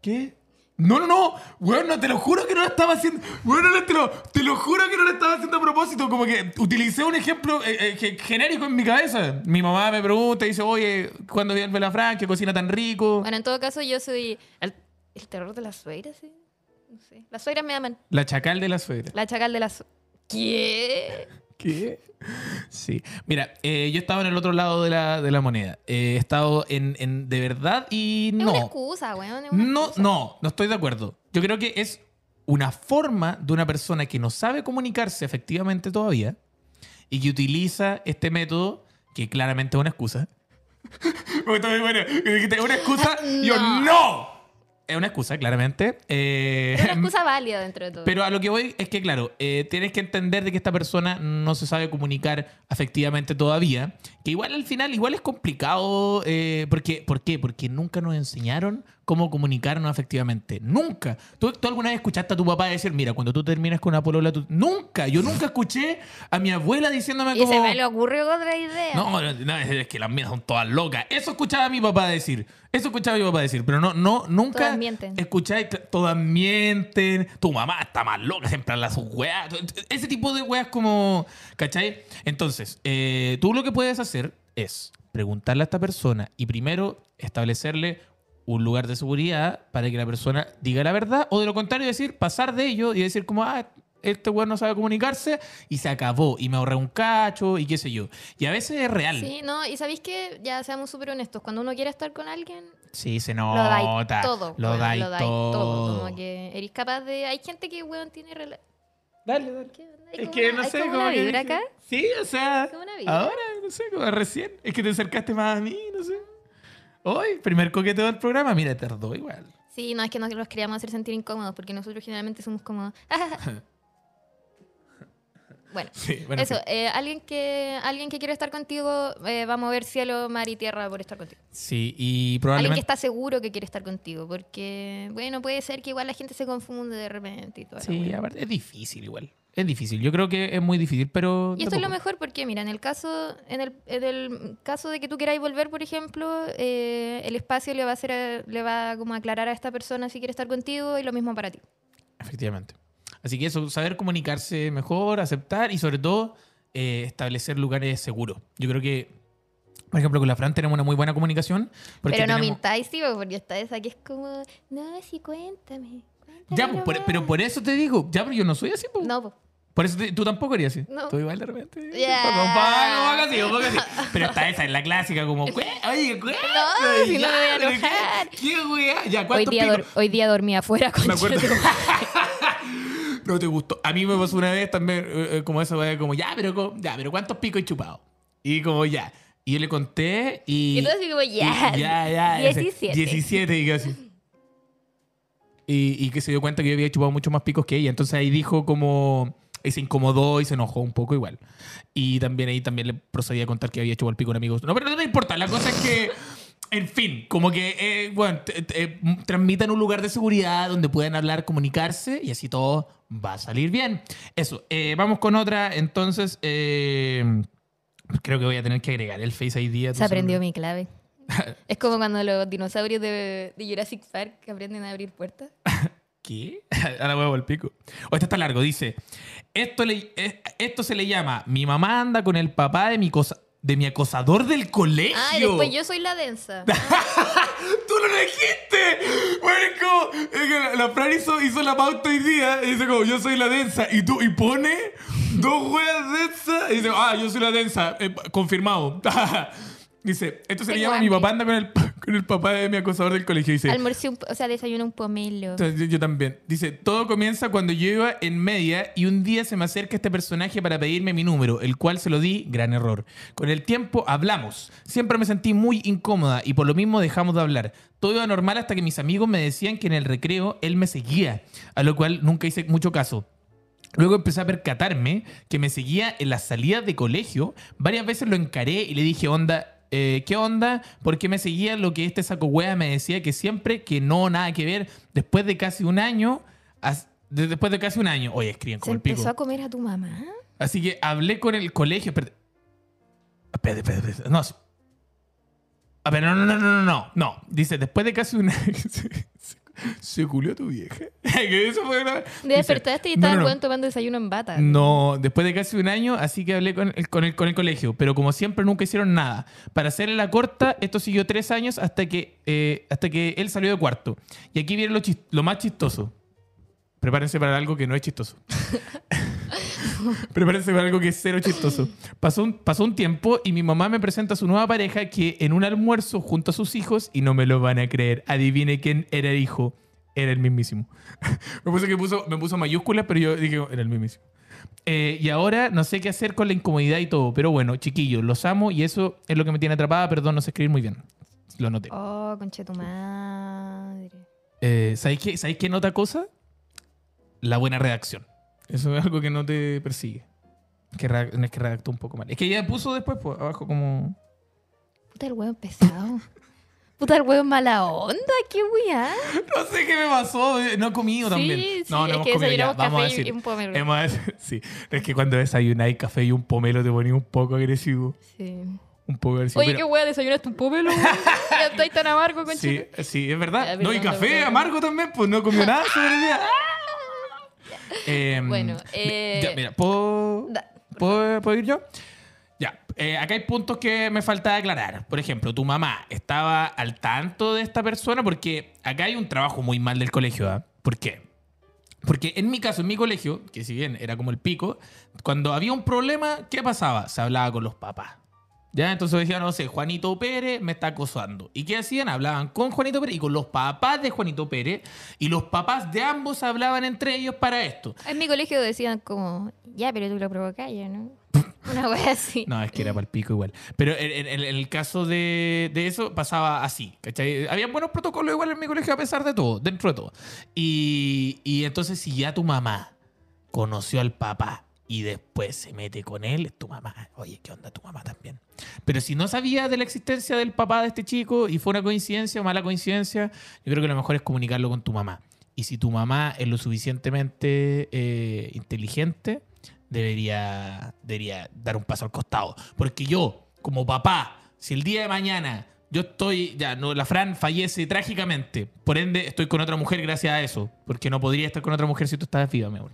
Speaker 2: ¿Qué? No, no, no, weón, no, te lo juro que no lo estaba haciendo. Weón, no, te, lo, te lo juro que no lo estaba haciendo a propósito. Como que utilicé un ejemplo eh, eh, ge- genérico en mi cabeza. Mi mamá me pregunta y dice, oye, ¿cuándo viene la Fran? ¿Qué cocina tan rico?
Speaker 3: Bueno, en todo caso, yo soy el, el terror de las suegras, ¿sí? No sé. Las suegras me aman.
Speaker 2: La chacal de la suegra.
Speaker 3: La chacal de las... sue- ¿Qué?
Speaker 2: ¿Qué? Sí. Mira, eh, yo estaba en el otro lado de la, de la moneda. Eh, he estado en, en- de verdad y
Speaker 3: Es
Speaker 2: no.
Speaker 3: una excusa, weón. es una
Speaker 2: No,
Speaker 3: excusa.
Speaker 2: no, no estoy de acuerdo. Yo creo que es una forma de una persona que no sabe comunicarse efectivamente todavía y que utiliza este método que claramente es una excusa. Porque está muy bueno, que dijiste, una excusa,
Speaker 3: No.
Speaker 2: yo no. Es una excusa, claramente. Eh,
Speaker 3: Es una excusa válida dentro de todo.
Speaker 2: pero a lo que voy es que, claro, eh, tienes que entender de que esta persona no se sabe comunicar afectivamente todavía. Que igual al final, igual es complicado. eh, porque, ¿Por qué? Porque nunca nos enseñaron cómo comunicarnos afectivamente. Nunca. ¿Tú, tú alguna vez escuchaste a tu papá decir, mira, cuando tú terminas con una polola, tú... Nunca. Yo nunca escuché a mi abuela diciéndome
Speaker 3: y
Speaker 2: como...
Speaker 3: se me le ocurrió otra idea.
Speaker 2: No, no, no, es- es que las mías son todas locas. Eso escuchaba a mi papá decir. Eso escuchaba a mi papá decir. Pero no, no, nunca.
Speaker 3: Todas mienten.
Speaker 2: Escucháis, cl- todas mienten. Tu mamá está más loca, siempre habla sus weas. Ese tipo de weas como. ¿Cachai? Entonces, eh, tú lo que puedes hacer es preguntarle a esta persona y primero establecerle un lugar de seguridad para que la persona diga la verdad o de lo contrario decir, pasar de ello y decir como, ah, este weón no sabe comunicarse y se acabó y me ahorré un cacho y qué sé yo. Y a veces es real.
Speaker 3: Sí, no, y sabéis que ya seamos súper honestos. Cuando uno quiere estar con alguien,
Speaker 2: Sí, se
Speaker 3: lo
Speaker 2: nota.
Speaker 3: dais todo.
Speaker 2: Lo
Speaker 3: weón,
Speaker 2: dais
Speaker 3: lo dais
Speaker 2: todo.
Speaker 3: todo. Como que eres capaz de. Hay gente que, weón, tiene. rela-
Speaker 2: Dale, dale.
Speaker 3: ¿Qué onda?
Speaker 2: Es
Speaker 3: Hay como
Speaker 2: que
Speaker 3: una-
Speaker 2: no
Speaker 3: hay
Speaker 2: sé
Speaker 3: como
Speaker 2: como
Speaker 3: una
Speaker 2: que
Speaker 3: vibra
Speaker 2: dije-
Speaker 3: acá.
Speaker 2: Sí, o sea.
Speaker 3: Como una vibra.
Speaker 2: Ahora, no sé, como recién. Es que te acercaste más a mí, no sé. Hoy, primer coqueteo del programa. Mira, tardó igual.
Speaker 3: Sí, no, es que no los queríamos hacer sentir incómodos porque nosotros generalmente somos como. bueno,
Speaker 2: Sí, bueno.
Speaker 3: eso.
Speaker 2: en fin.
Speaker 3: eh, alguien que alguien que quiere estar contigo eh, va a mover cielo, mar y tierra por estar contigo.
Speaker 2: Sí, y
Speaker 3: Alguien que
Speaker 2: probablemente.
Speaker 3: está seguro que quiere estar contigo porque, bueno, puede ser que igual la gente se confunde de repente y todo.
Speaker 2: Sí, aparte, es difícil igual. Es difícil. Yo creo que es muy difícil, pero.
Speaker 3: Y
Speaker 2: de
Speaker 3: esto es lo
Speaker 2: poco.
Speaker 3: mejor porque, mira, en el caso, en el, en el caso de que tú queráis volver, por ejemplo, eh, el espacio le va a hacer, a- le va como a aclarar a esta persona si quiere estar contigo y lo mismo para ti.
Speaker 2: Efectivamente. Así que eso, saber comunicarse mejor, aceptar y sobre todo eh, establecer lugares seguros. Yo creo que, por ejemplo, con la Fran tenemos una muy buena comunicación. Porque
Speaker 3: pero no
Speaker 2: tenemos-
Speaker 3: mintáis, sí, po, porque está esa que es como, no, sí, cuéntame. cuéntame
Speaker 2: Ya, pues, por-
Speaker 3: nomás".
Speaker 2: pero por eso te digo, ya, pero yo no soy así. po.
Speaker 3: No, pues, po.
Speaker 2: Por eso te- tú tampoco harías así.
Speaker 3: No.
Speaker 2: Tú igual de repente.
Speaker 3: Ya.
Speaker 2: Como, "Pa, como haga así, como haga así". Pero está esa, es la clásica, como, "Cue- oye, cue-
Speaker 3: No, si no me voy a
Speaker 2: pero qué-
Speaker 3: enojar.
Speaker 2: ¿Qué weá? Ya,
Speaker 3: hoy
Speaker 2: ¿cuántos
Speaker 3: día,
Speaker 2: picos?
Speaker 3: dor- hoy día dormí afuera con
Speaker 2: Me acuerdo. no te gustó. A mí me pasó una vez también, eh, eh, como eso, eh, como ya, pero co- ya, pero ¿cuántos picos he chupado? Y como ya. Y yo le conté y.
Speaker 3: Y tú así como,
Speaker 2: y-
Speaker 3: "Ya,
Speaker 2: ya, ya. y ese-
Speaker 3: 17".
Speaker 2: 17, y casi. Y, y que se dio cuenta que yo había chupado mucho más picos que ella. Entonces ahí dijo como. Y se incomodó y se enojó un poco igual. Y también ahí también le procedí a contar que había chupado el pico a un amigo. No, pero no te importa. La cosa es que. En fin, como que, eh, bueno, t- t- eh, m- transmitan un lugar de seguridad donde puedan hablar, comunicarse y así todo va a salir bien. Eso, eh, vamos con otra. Entonces, eh, creo que voy a tener que agregar el Face ID. a tu
Speaker 3: Se aprendió
Speaker 2: celular.
Speaker 3: mi clave. Es como cuando los dinosaurios de, de Jurassic Park aprenden a abrir puertas.
Speaker 2: ¿Qué? Ahora huevo el pico. O este está largo, dice. Esto, le, eh, esto se le llama, mi mamá anda con el papá de mi cosa. de mi acosador del colegio.
Speaker 3: Ah, y después yo soy la densa.
Speaker 2: ¡Tú lo elegiste! Bueno, es como- es que la- la Fran hizo, hizo la pauta hoy día y dice como, yo soy la densa. Y tú, y pone dos weas densas y dice, ah, yo soy la densa. Eh, confirmado. dice, esto se le
Speaker 3: Tengo
Speaker 2: llama mi
Speaker 3: hambre.
Speaker 2: papá anda con el, pa- con el papá de mi acosador del colegio. Dice,
Speaker 3: Almorcé, un, o sea, desayuné un pomelo.
Speaker 2: entonces, Yo, yo también. Dice, todo comienza cuando yo iba en media y un día se me acerca este personaje para pedirme mi número, el cual se lo di, gran error. Con el tiempo hablamos. Siempre me sentí muy incómoda y por lo mismo dejamos de hablar. Todo iba normal hasta que mis amigos me decían que en el recreo él me seguía, a lo cual nunca hice mucho caso. Luego empecé a percatarme que me seguía en las salidas de colegio. Varias veces lo encaré y le dije, onda, eh, ¿qué onda? Porque me seguía lo que este saco hueá me decía que siempre, que no, nada que ver. Después de casi un año, as- de- después de casi un año, oye, escriben
Speaker 3: ¿Se
Speaker 2: como el
Speaker 3: empezó
Speaker 2: pico.
Speaker 3: a comer a tu mamá?
Speaker 2: Así que hablé con el colegio. Espérate, espérate, espérate. espérate. No, sí. a ver, no, no, no, no, no, no, no. Dice, después de casi un año... ¿Se, se- se culió tu vieja? Que eso fue una-
Speaker 3: Te
Speaker 2: Dice,
Speaker 3: despertaste y
Speaker 2: no, no,
Speaker 3: estabas
Speaker 2: no.
Speaker 3: weón, tomando desayuno en bata.
Speaker 2: No, después de casi un año, así que hablé con el, con, el, con el colegio, pero como siempre nunca hicieron nada. Para hacerle la corta, esto siguió tres años hasta que, eh, hasta que él salió de cuarto. Y aquí viene lo, chis- lo más chistoso. Prepárense para algo que no es chistoso. Prepárense para algo que es cero chistoso. Pasó un, pasó un tiempo y mi mamá me presenta a su nueva pareja que en un almuerzo junto a sus hijos, y no me lo van a creer, adivine quién era el hijo. Era el mismísimo. me, puso que puso, me puso mayúsculas, pero yo dije, era el mismísimo. Eh, y ahora no sé qué hacer con la incomodidad y todo, pero bueno, chiquillos, los amo y eso es lo que me tiene atrapada. Perdón, no sé escribir muy bien. Lo noté.
Speaker 3: Oh, conche tu madre.
Speaker 2: Eh, ¿sabéis, qué, ¿Sabéis qué nota cosa? La buena redacción. Eso es algo que no te persigue. Que redac- no es que redactó un poco mal. Es que ella puso después, pues, abajo como...
Speaker 3: Puta el huevo pesado. Puta el huevo mala onda, qué weá.
Speaker 2: No sé qué me pasó. eh, No he comido también.
Speaker 3: Sí, sí,
Speaker 2: no, no
Speaker 3: es
Speaker 2: hemos
Speaker 3: que
Speaker 2: comido ya.
Speaker 3: desayunamos
Speaker 2: Vamos a
Speaker 3: café y-
Speaker 2: decir...
Speaker 3: y un pomelo.
Speaker 2: hemos a decir- sí. Es que cuando desayunáis café y un pomelo te ponía un poco agresivo.
Speaker 3: Sí.
Speaker 2: Un poco agresivo.
Speaker 3: Oye,
Speaker 2: pero-
Speaker 3: qué weá, desayunaste un pomelo, weón. Ya estáis tan amargo, conche.
Speaker 2: Sí, eh, sí, es
Speaker 3: Ya,
Speaker 2: verdad. No, y
Speaker 3: perdón,
Speaker 2: café
Speaker 3: perdón.
Speaker 2: amargo también, pues no comió nada sobre el día. Em,
Speaker 3: Bueno,
Speaker 2: mi-
Speaker 3: eh,
Speaker 2: ya, mira, ¿puedo,
Speaker 3: da,
Speaker 2: ¿puedo, puedo ir yo? Ya, eh, acá hay puntos que me falta aclarar. Por ejemplo, tu mamá estaba al tanto de esta persona porque acá hay un trabajo muy mal del colegio. ¿ah? ¿Por qué? Porque en mi caso, en mi colegio, que si bien era como el pico, cuando había un problema, ¿qué pasaba? Se hablaba con los papás. Ya, entonces decían, no sé, Juanito Pérez me está acosando. ¿Y qué hacían? Hablaban con Juanito Pérez y con los papás de Juanito Pérez. Y los papás de ambos hablaban entre ellos para esto.
Speaker 3: En mi colegio decían como, ya, pero tú lo provocas, ya, ¿no? Una weá así.
Speaker 2: No, es que era para el pico igual. Pero en, en- en- en el caso de, de eso pasaba así, ¿cachai? Había buenos protocolos igual en mi colegio a pesar de todo, dentro de todo. Y, y entonces si ya tu mamá conoció al papá y después se mete con él, es tu mamá. Oye, ¿qué onda tu mamá también? Pero si no sabía de la existencia del papá de este chico y fue una coincidencia o mala coincidencia, yo creo que lo mejor es comunicarlo con tu mamá. Y si tu mamá es lo suficientemente eh, inteligente, debería, debería dar un paso al costado. Porque yo, como papá, si el día de mañana yo estoy, ya, no, la Fran fallece trágicamente, por ende estoy con otra mujer gracias a eso, porque no podría estar con otra mujer si tú estás viva, mi amor.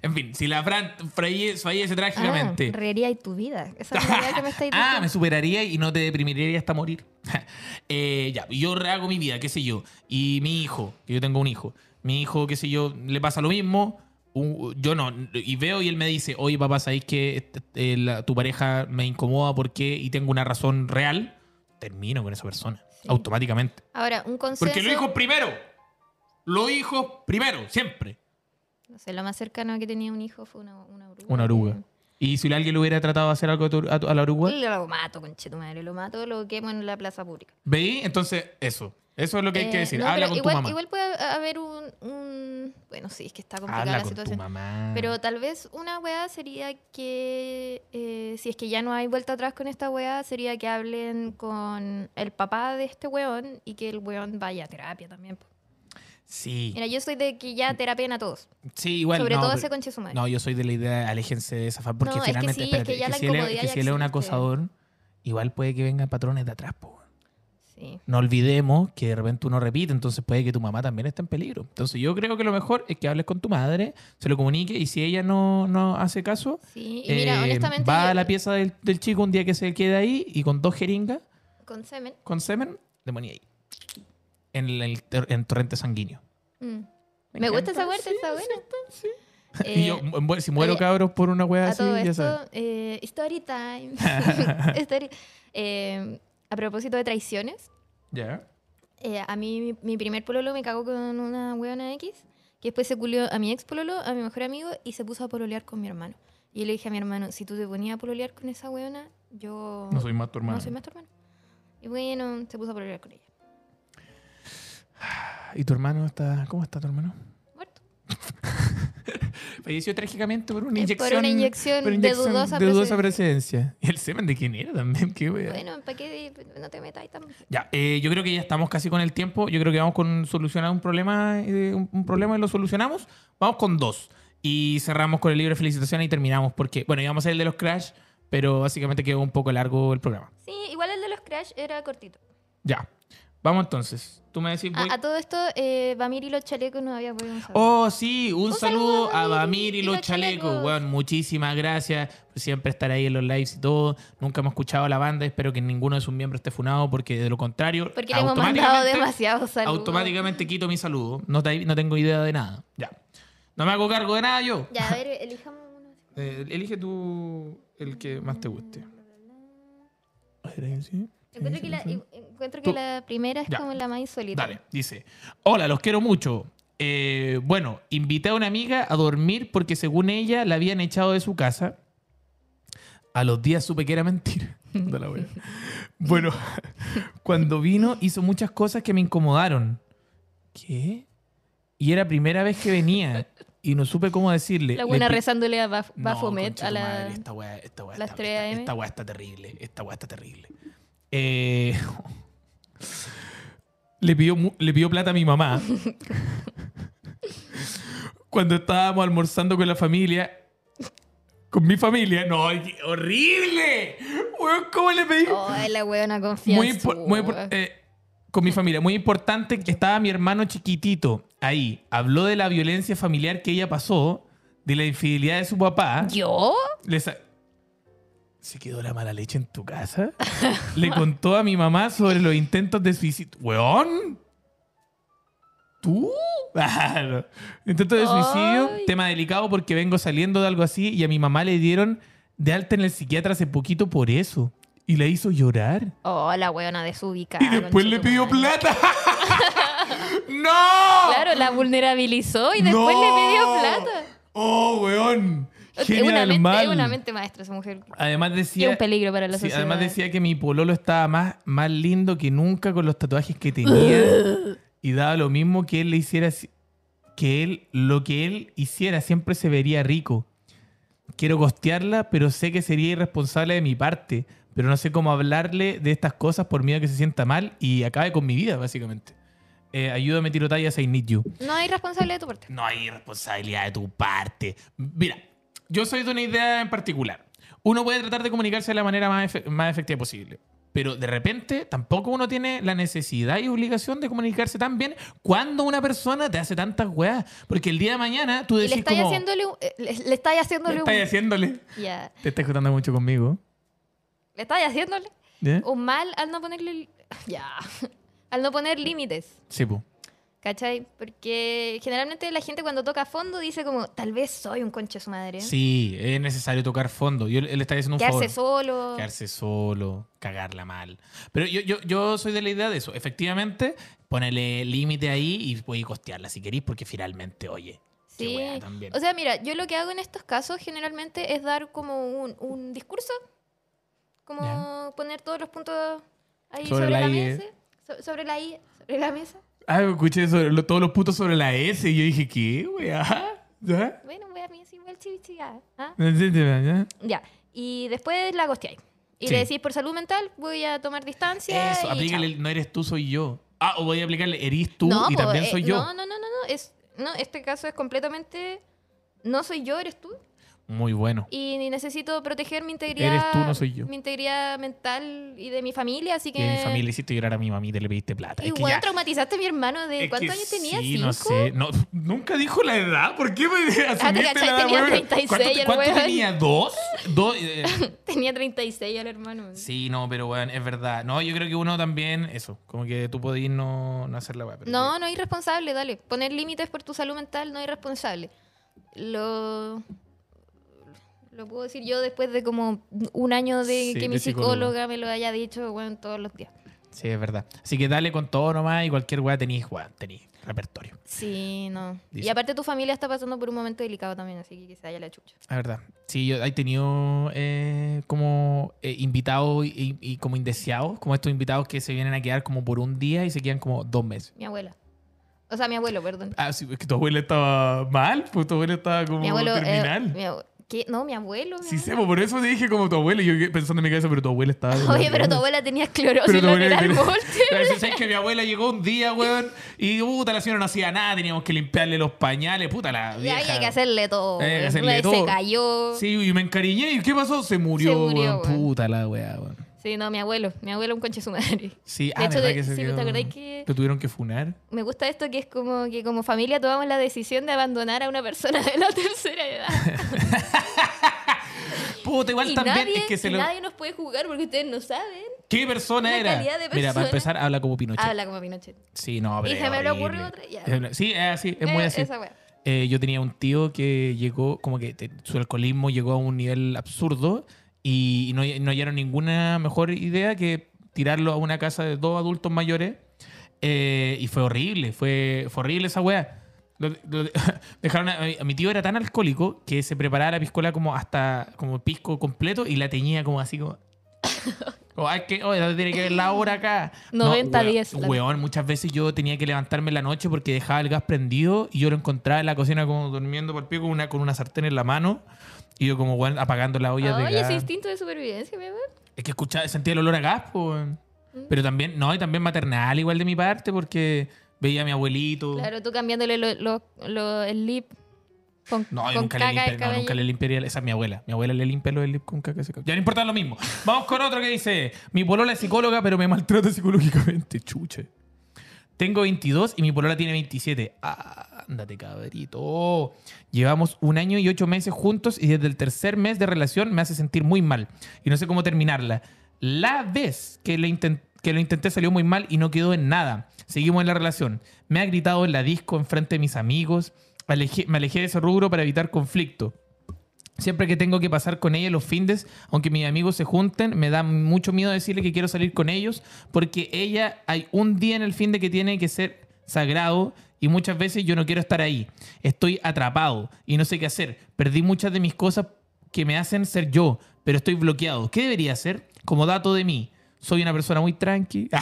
Speaker 2: En fin, si la Fran falle- fallece
Speaker 3: Ah,
Speaker 2: trágicamente,
Speaker 3: reiría tu vida. Esa es la idea que me estáis diciendo.
Speaker 2: Ah, me superaría y no te deprimiría hasta morir. Eh, ya, yo rehago mi vida, qué sé yo. Y mi hijo, que yo tengo un hijo, mi hijo, qué sé yo, le pasa lo mismo. Un- yo no, y veo y él me dice, oye papá, ¿sabéis que este- eh, la- tu pareja me incomoda porque y tengo una razón real? Termino con esa persona,
Speaker 3: Sí.
Speaker 2: automáticamente.
Speaker 3: Ahora, un consejo.
Speaker 2: Porque los hijos primero, los hijos primero, siempre.
Speaker 3: No sé, lo más cercano que tenía un hijo fue una, una oruga.
Speaker 2: Una oruga. Y si alguien le hubiera tratado de hacer algo a, tu- a tu- a la
Speaker 3: que-
Speaker 2: oruga,
Speaker 3: Lo mato, conchetumadre. Lo mato, lo quemo en la plaza pública.
Speaker 2: ¿veí? Entonces, eso. Eso es lo que hay que
Speaker 3: Eh,
Speaker 2: decir.
Speaker 3: no,
Speaker 2: Habla
Speaker 3: pero
Speaker 2: con
Speaker 3: igual,
Speaker 2: tu mamá.
Speaker 3: Igual puede haber un, un- Bueno, sí, es que está complicada
Speaker 2: Habla
Speaker 3: la
Speaker 2: con
Speaker 3: situación.
Speaker 2: tu mm. mamá.
Speaker 3: Pero tal vez una weá sería que, eh, si es que ya no hay vuelta atrás con esta weá, sería que hablen con el papá de este weón y que el weón vaya a terapia también. po.
Speaker 2: sí,
Speaker 3: Mira, yo soy de que ya terapian a todos.
Speaker 2: sí, igual.
Speaker 3: sobre
Speaker 2: no,
Speaker 3: todo
Speaker 2: pero-
Speaker 3: ese conche su madre.
Speaker 2: No, yo soy de la idea, aléjense de esa fama, porque
Speaker 3: No, es que
Speaker 2: finalmente,
Speaker 3: sí, es que
Speaker 2: espérate,
Speaker 3: ya la
Speaker 2: si él es-
Speaker 3: incomodidad
Speaker 2: que
Speaker 3: ya
Speaker 2: si él es un
Speaker 3: existe.
Speaker 2: acosador, igual puede que vengan patrones de atrás, po.
Speaker 3: Sí. Sí.
Speaker 2: no olvidemos que de repente uno repite, entonces puede que tu mamá también esté en peligro. Entonces yo creo que lo mejor es que hables con tu madre, se lo comunique y si ella no, no hace caso,
Speaker 3: Sí, y mira,
Speaker 2: eh,
Speaker 3: honestamente,
Speaker 2: va
Speaker 3: yo-
Speaker 2: a la pieza del, del chico un día que se quede ahí y con dos jeringas,
Speaker 3: con semen.
Speaker 2: con semen, le ponía ahí. En el, el tor- en torrente sanguíneo.
Speaker 3: mm. Me
Speaker 2: encanta,
Speaker 3: gusta esa huerta,
Speaker 2: sí,
Speaker 3: está
Speaker 2: sí.
Speaker 3: buena.
Speaker 2: y yo,
Speaker 3: Eh,
Speaker 2: mu- mu- si muero
Speaker 3: oye,
Speaker 2: cabros por una wea
Speaker 3: a
Speaker 2: así,
Speaker 3: todo
Speaker 2: ya sabes.
Speaker 3: esto, eh, story time. Story- eh, a propósito de traiciones,
Speaker 2: Ya.
Speaker 3: eh, a mí mi, mi primer pololo me cagó con una huevona X, que después se culió a mi ex pololo, a mi mejor amigo, y se puso a pololear con mi hermano. Y yo le dije a mi hermano, si tú te ponías a pololear con esa huevona, yo
Speaker 2: No soy más tu hermano.
Speaker 3: no soy más tu hermano. Y bueno, se puso a pololear con ella.
Speaker 2: ¿Y tu hermano está.? ¿Cómo está tu hermano?
Speaker 3: Muerto.
Speaker 2: Falleció trágicamente por una
Speaker 3: Eh,
Speaker 2: inyección.
Speaker 3: Por una inyección,
Speaker 2: por inyección
Speaker 3: de dudosa,
Speaker 2: presencia. ¿Y el semen de quién era también? Qué wea.
Speaker 3: presencia. Bueno, ¿para qué no te metas ahí tan...
Speaker 2: Ya, eh, yo creo que ya estamos casi con el tiempo. Yo creo que vamos con solucionar un problema, eh, un, un problema y lo solucionamos. Vamos con dos. Y cerramos con el libro de felicitaciones y terminamos. Porque, bueno, íbamos a hacer el de los Crash, pero básicamente quedó un poco largo el programa.
Speaker 3: Sí, igual el de los Crash era cortito.
Speaker 2: Ya, vamos entonces. Tú me decís... voy-
Speaker 3: A, a todo esto, eh, Bamir y los chalecos no había podido saber.
Speaker 2: Oh, sí, un,
Speaker 3: Un
Speaker 2: saludo,
Speaker 3: saludo
Speaker 2: a
Speaker 3: a
Speaker 2: Bamir y los chalecos. Weón, muchísimas gracias por siempre estar ahí en los lives y todo. Nunca hemos escuchado a la banda. Espero que ninguno de sus miembros esté funado porque de lo contrario...
Speaker 3: Porque le hemos mandado demasiados saludos.
Speaker 2: automáticamente quito mi saludo. No, te- no tengo idea de nada. Ya. No me hago cargo de nada yo.
Speaker 3: Ya, a ver, elijamos uno.
Speaker 2: Eh, elige tú el que más te guste.
Speaker 3: Encuentro que, la, encuentro que
Speaker 2: Tú.
Speaker 3: la primera es
Speaker 2: Ya.
Speaker 3: como la más insólita.
Speaker 2: Dale, dice. Hola, los quiero mucho. Eh, bueno, invité a una amiga a dormir porque según ella la habían echado de su casa. A los días supe que era mentira. Puta la wea. bueno, cuando vino hizo muchas cosas que me incomodaron. ¿Qué? Y era primera vez que venía y no supe cómo decirle.
Speaker 3: La
Speaker 2: Le
Speaker 3: buena
Speaker 2: pi-
Speaker 3: rezándole a Baf-
Speaker 2: no,
Speaker 3: Baphomet a la...
Speaker 2: conchetumadre, esta weá, esta weá
Speaker 3: las
Speaker 2: está,
Speaker 3: 3
Speaker 2: esta-
Speaker 3: AM.
Speaker 2: esta weá está terrible. Esta weá está terrible. Eh, le, pidió, mu- le pidió plata a mi mamá. Cuando estábamos almorzando con la familia. Con mi familia. No, qué horrible. Weón, ¿Cómo le pedí?
Speaker 3: Oh, es la weona confianza.
Speaker 2: muy impor- muy impor- eh, con mi familia. Muy importante que estaba mi hermano chiquitito ahí. Habló de la violencia familiar que ella pasó, de la infidelidad de su papá.
Speaker 3: ¿Yo?
Speaker 2: Le sa- ¿Se quedó la mala leche en tu casa? Le contó a mi mamá sobre los intentos de suicidio. ¡Weón! ¿Tú? Ah, no. Intento de suicidio,
Speaker 3: Ay.
Speaker 2: tema delicado porque vengo saliendo de algo así y a mi mamá le dieron de alta en el psiquiatra hace poquito por eso. Y la hizo llorar.
Speaker 3: Oh, la weona desubicada.
Speaker 2: Y después le pidió
Speaker 3: conchetumadre.
Speaker 2: plata. ¡No!
Speaker 3: Claro, la vulnerabilizó y después
Speaker 2: ¡No!
Speaker 3: le pidió plata.
Speaker 2: ¡Oh, weón!
Speaker 3: Es
Speaker 2: Genia
Speaker 3: una
Speaker 2: del
Speaker 3: mente,
Speaker 2: mal.
Speaker 3: es una mente maestra esa mujer.
Speaker 2: Además
Speaker 3: Y
Speaker 2: decía...
Speaker 3: es un peligro para la
Speaker 2: Sí,
Speaker 3: sociedad.
Speaker 2: además decía que mi pololo estaba más, más lindo que nunca con los tatuajes que tenía. y daba lo mismo que él le hiciera si- que él lo que él hiciera siempre se vería rico. Quiero costearla, pero sé que sería irresponsable de mi parte, pero no sé cómo hablarle de estas cosas por miedo a que se sienta mal y acabe con mi vida básicamente. Eh, ayúdame tirotallas, I need you.
Speaker 3: No hay responsable de tu parte.
Speaker 2: No hay responsabilidad de tu parte. Mira, yo soy de una idea en particular. Uno puede tratar de comunicarse de la manera más, efe- más efectiva posible. Pero de repente tampoco uno tiene la necesidad y obligación de comunicarse tan bien cuando una persona te hace tantas weas. Porque el día de mañana tú
Speaker 3: Y le
Speaker 2: decís
Speaker 3: estáis
Speaker 2: como...
Speaker 3: haciéndole un- eh, le, le estáis
Speaker 2: "Le
Speaker 3: haciéndole un...
Speaker 2: estáis haciéndole.
Speaker 3: Ya.
Speaker 2: Te estás juntando mucho conmigo.
Speaker 3: Le estáis haciéndole
Speaker 2: ¿eh?
Speaker 3: un mal al no ponerle... li- Ya. Al no poner límites.
Speaker 2: Sí, po.
Speaker 3: ¿Cachai? Porque generalmente la gente cuando toca a fondo dice como, tal vez soy un conche su madre.
Speaker 2: Sí, es necesario tocar fondo. Yo le le estaría haciendo un
Speaker 3: Quedarse
Speaker 2: favor.
Speaker 3: solo.
Speaker 2: Quedarse solo, cagarla mal. Pero yo, yo, yo soy de la idea de eso. Efectivamente, ponele límite ahí y puedes costearla si querís, porque finalmente, oye, qué
Speaker 3: Sí.
Speaker 2: wea también.
Speaker 3: O sea, mira, yo lo que hago en estos casos generalmente es dar como un, un discurso. Como poner todos los puntos ahí
Speaker 2: Sobre
Speaker 3: sobre,
Speaker 2: la
Speaker 3: la,
Speaker 2: I, ¿eh?
Speaker 3: mesa. so- sobre la I, sobre la mesa.
Speaker 2: ah, escuché sobre lo- todos los putos sobre la S y yo dije, ¿qué, weá? ¿Ya?
Speaker 3: Bueno, voy a mí es igual chivichigada. ¿ah?
Speaker 2: No sé, ya.
Speaker 3: Ya. Y después la gosteáis. Y
Speaker 2: Sí.
Speaker 3: le decís por salud mental, voy a tomar distancia.
Speaker 2: Eso,
Speaker 3: y
Speaker 2: aplícale,
Speaker 3: chao.
Speaker 2: el no eres tú, soy yo. Ah, o voy a aplicarle, eres tú y
Speaker 3: po,
Speaker 2: también
Speaker 3: eh,
Speaker 2: soy yo.
Speaker 3: No, no, no, no, no. Es, no. Este caso es completamente. No soy yo, eres tú.
Speaker 2: Muy bueno.
Speaker 3: Y ni necesito proteger mi integridad.
Speaker 2: Eres tú, no soy yo.
Speaker 3: Mi integridad mental y de mi familia, así que.
Speaker 2: Y a mi familia hiciste llorar a mi mamita y le pediste plata.
Speaker 3: Y
Speaker 2: Es que
Speaker 3: weón,
Speaker 2: ya-
Speaker 3: traumatizaste a mi hermano de.
Speaker 2: es que
Speaker 3: ¿Cuántos años tenía?
Speaker 2: sí,
Speaker 3: ¿Cinco?
Speaker 2: no sé. No, nunca dijo la edad. ¿Por qué me asumiste
Speaker 3: cachai,
Speaker 2: la edad?
Speaker 3: tenía
Speaker 2: weón?
Speaker 3: 36
Speaker 2: ¿Cuánto, te-
Speaker 3: el
Speaker 2: cuánto
Speaker 3: weón.
Speaker 2: tenía? ¿Dos? ¿Dos? Eh,
Speaker 3: Tenía 36 al hermano.
Speaker 2: Sí, no, pero bueno, es verdad. No, yo creo que uno también, eso, como que tú podís no, no hacer la weá. pero
Speaker 3: No, no es irresponsable, dale. Poner límites por tu salud mental no es irresponsable. Lo. Lo puedo decir yo después de como un año de
Speaker 2: Sí,
Speaker 3: que mi
Speaker 2: de psicólogo.
Speaker 3: psicóloga me lo haya dicho, bueno, todos los días.
Speaker 2: que- Sí, es verdad. Así que dale con todo nomás y cualquier weá tenís, weá, tenís repertorio.
Speaker 3: Sí, no.
Speaker 2: Dice.
Speaker 3: Y aparte tu familia está pasando por un momento delicado también, así que que se vaya la chucha.
Speaker 2: Es verdad. Sí, yo he tenido eh, como eh, invitados y, y como indeseados, como estos invitados que se vienen a quedar como por un día y se quedan como dos meses.
Speaker 3: Mi abuela. O sea, mi abuelo, perdón.
Speaker 2: Ah, sí, es que tu abuela estaba mal, pues tu abuela estaba como
Speaker 3: Mi abuelo. eh,
Speaker 2: terminal.
Speaker 3: mi abue- ¿Qué? No, mi abuelo. mi
Speaker 2: Sí,
Speaker 3: abuelo.
Speaker 2: sé, pues, por eso te dije como tu abuela, y yo pensando en mi cabeza, pero tu abuela estaba...
Speaker 3: Oye, pero tu
Speaker 2: grande.
Speaker 3: abuela tenía esclerosis
Speaker 2: Pero tu abuela-
Speaker 3: lateral
Speaker 2: pero-
Speaker 3: múltiple.
Speaker 2: Pero si sabes que mi abuela llegó un día, weón, y puta, la señora no hacía nada, teníamos que limpiarle los pañales, puta, la
Speaker 3: Y
Speaker 2: vieja.
Speaker 3: había que hacerle todo.
Speaker 2: Había que
Speaker 3: weón.
Speaker 2: hacerle
Speaker 3: Se
Speaker 2: todo.
Speaker 3: cayó. Sí.
Speaker 2: Sí, y me encariñé, ¿y qué pasó? Se murió,
Speaker 3: Se murió,
Speaker 2: weón,
Speaker 3: weón.
Speaker 2: puta la weá, weón.
Speaker 3: no, mi abuelo. Mi abuelo un conche su madre.
Speaker 2: Sí,
Speaker 3: De
Speaker 2: ah,
Speaker 3: hecho,
Speaker 2: verdad
Speaker 3: de-
Speaker 2: que se
Speaker 3: sí, pues,
Speaker 2: quedó-
Speaker 3: ¿te acordás que-
Speaker 2: Lo tuvieron que funar.
Speaker 3: Me gusta esto que es como que como familia tomamos la decisión de abandonar a una persona de la tercera edad.
Speaker 2: Puta, igual
Speaker 3: y
Speaker 2: también
Speaker 3: nadie,
Speaker 2: es que se
Speaker 3: y
Speaker 2: lo...
Speaker 3: nadie nos puede jugar porque ustedes no saben.
Speaker 2: ¿Qué persona
Speaker 3: la
Speaker 2: era?
Speaker 3: calidad de
Speaker 2: Mira, para
Speaker 3: persona.
Speaker 2: empezar, habla como Pinochet.
Speaker 3: Habla como Pinochet.
Speaker 2: Sí, no, pero
Speaker 3: Y
Speaker 2: es
Speaker 3: se me le
Speaker 2: horrible.
Speaker 3: ocurre otra, ya.
Speaker 2: Es- Sí, es así, es muy
Speaker 3: Eh,
Speaker 2: así.
Speaker 3: Esa weá.
Speaker 2: Eh, yo tenía un tío que llegó, como que te- su alcoholismo llegó a un nivel absurdo y, no, no hallaron ninguna mejor idea que tirarlo a una casa de dos adultos mayores. Eh, y fue horrible, fue, fue horrible esa weá. Lo- lo- dejaron a, a mi tío era tan alcohólico que se preparaba la piscola como hasta como pisco completo y la teñía como así como... como, "Ay, que, oye, tiene que ver la hora acá.
Speaker 3: 90-10 la-
Speaker 2: weón, Weón, muchas veces yo tenía que levantarme en la noche porque dejaba el gas prendido y yo lo encontraba en la cocina como durmiendo por pie con una, con una sartén en la mano y yo como, weón, apagando las ollas de
Speaker 3: Oye,
Speaker 2: gas.
Speaker 3: ese instinto de supervivencia, mi amor.
Speaker 2: Es que escuchaba, sentía el olor a gas, po, weón.
Speaker 3: Mm.
Speaker 2: Pero también, no, y también maternal igual de mi parte porque veía a mi abuelito.
Speaker 3: Claro, tú cambiándole lo, lo- lo- el lip con,
Speaker 2: No, yo
Speaker 3: con
Speaker 2: nunca le,
Speaker 3: caca el
Speaker 2: limpié, no,
Speaker 3: cabello.
Speaker 2: nunca le limpiaría. Esa es mi abuela. Mi abuela le limpia los lip con caca. ese cabello. Ya no importa lo mismo. Vamos con otro que dice: Mi polola es psicóloga, pero me maltrata psicológicamente. Chuche. Tengo 22 y mi polola tiene 27. Ah, ándate, cabrito. Llevamos un año y ocho meses juntos y desde el tercer mes de relación me hace sentir muy mal y no sé cómo terminarla. La vez que lo, inten- que lo intenté salió muy mal y no quedó en nada. Seguimos en la relación. Me ha gritado en la disco enfrente de mis amigos. Alejé- me alejé de ese rubro para evitar conflicto. Siempre que tengo que pasar con ella los findes, aunque mis amigos se junten, me da mucho miedo decirle que quiero salir con ellos, porque ella hay un día en el fin de que tiene que ser sagrado y muchas veces yo no quiero estar ahí. Estoy atrapado y no sé qué hacer. Perdí muchas de mis cosas que me hacen ser yo, pero estoy bloqueado. ¿Qué debería hacer? Como dato de mí, soy una persona muy tranqui.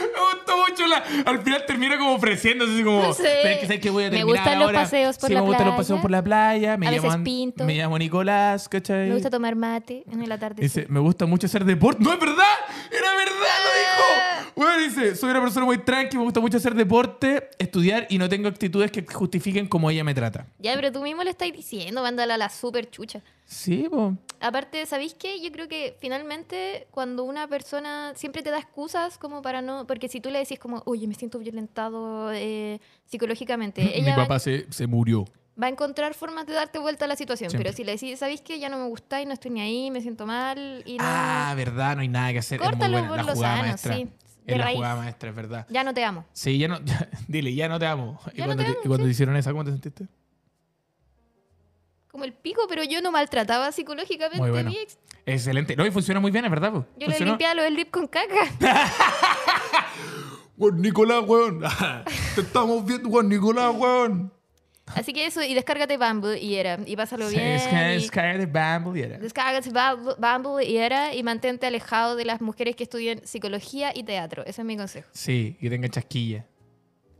Speaker 2: Me gustó mucho la- Al final termina como ofreciéndose, así como.
Speaker 3: No sé.
Speaker 2: "Pero es que sabes que voy a
Speaker 3: Me
Speaker 2: terminar
Speaker 3: gustan los
Speaker 2: ahora".
Speaker 3: paseos por
Speaker 2: Sí,
Speaker 3: la
Speaker 2: me gustan los
Speaker 3: playa.
Speaker 2: paseos por la playa. Me
Speaker 3: A veces
Speaker 2: llaman-
Speaker 3: pinto.
Speaker 2: Me llamo Nicolás, ¿cachai?
Speaker 3: Me gusta tomar mate en el atardecer.
Speaker 2: Dice, me gusta mucho hacer deporte. ¡No es verdad! ¡Era verdad!
Speaker 3: Ah.
Speaker 2: ¡Lo dijo! Bueno, dice, soy una persona muy tranqui, me gusta mucho hacer deporte, estudiar y no tengo actitudes que justifiquen cómo ella me trata.
Speaker 3: Ya, pero tú mismo le estás diciendo, mándala a la super chucha.
Speaker 2: Sí, po.
Speaker 3: Aparte, ¿sabéis qué? Yo creo que finalmente cuando una persona siempre te da excusas como para no... Porque si tú le decís como, oye, me siento violentado eh, psicológicamente, ella va,
Speaker 2: se, se murió.
Speaker 3: va a encontrar formas de darte vuelta a la situación.
Speaker 2: Siempre.
Speaker 3: Pero si le decís, ¿sabéis qué? Ya no me gusta y no estoy ni ahí, me siento mal y no...
Speaker 2: Ah, verdad, no hay nada que hacer.
Speaker 3: Córtalo
Speaker 2: es muy buena.
Speaker 3: por
Speaker 2: La
Speaker 3: lo
Speaker 2: jugada
Speaker 3: sano,
Speaker 2: maestra.
Speaker 3: sí, de
Speaker 2: Es la
Speaker 3: raíz.
Speaker 2: jugada maestra, es verdad.
Speaker 3: Ya no te amo.
Speaker 2: Sí, ya no. dile, ya no te amo. ¿Y
Speaker 3: Ya no
Speaker 2: cuando,
Speaker 3: te
Speaker 2: te,
Speaker 3: amo,
Speaker 2: y cuando
Speaker 3: sí.
Speaker 2: te hicieron esa, cómo te sentiste?
Speaker 3: Como el pico, pero yo no maltrataba psicológicamente
Speaker 2: Muy
Speaker 3: a
Speaker 2: bueno.
Speaker 3: mi ex.
Speaker 2: Excelente. No, y funciona muy bien, es verdad, po.
Speaker 3: Yo le
Speaker 2: Funcionó.
Speaker 3: limpiaba lo del lip con caca.
Speaker 2: Juan Nicolás, weón. Te estamos viendo, Juan Nicolás, weón.
Speaker 3: Así que eso, y descárgate Bumble y era. Y pásalo bien.
Speaker 2: Es que
Speaker 3: y-
Speaker 2: es que de Bumble y era.
Speaker 3: Descárgate Bumble Bumble y era y mantente alejado de las mujeres que estudian psicología y teatro. Ese es mi consejo.
Speaker 2: Sí, que tenga chasquilla.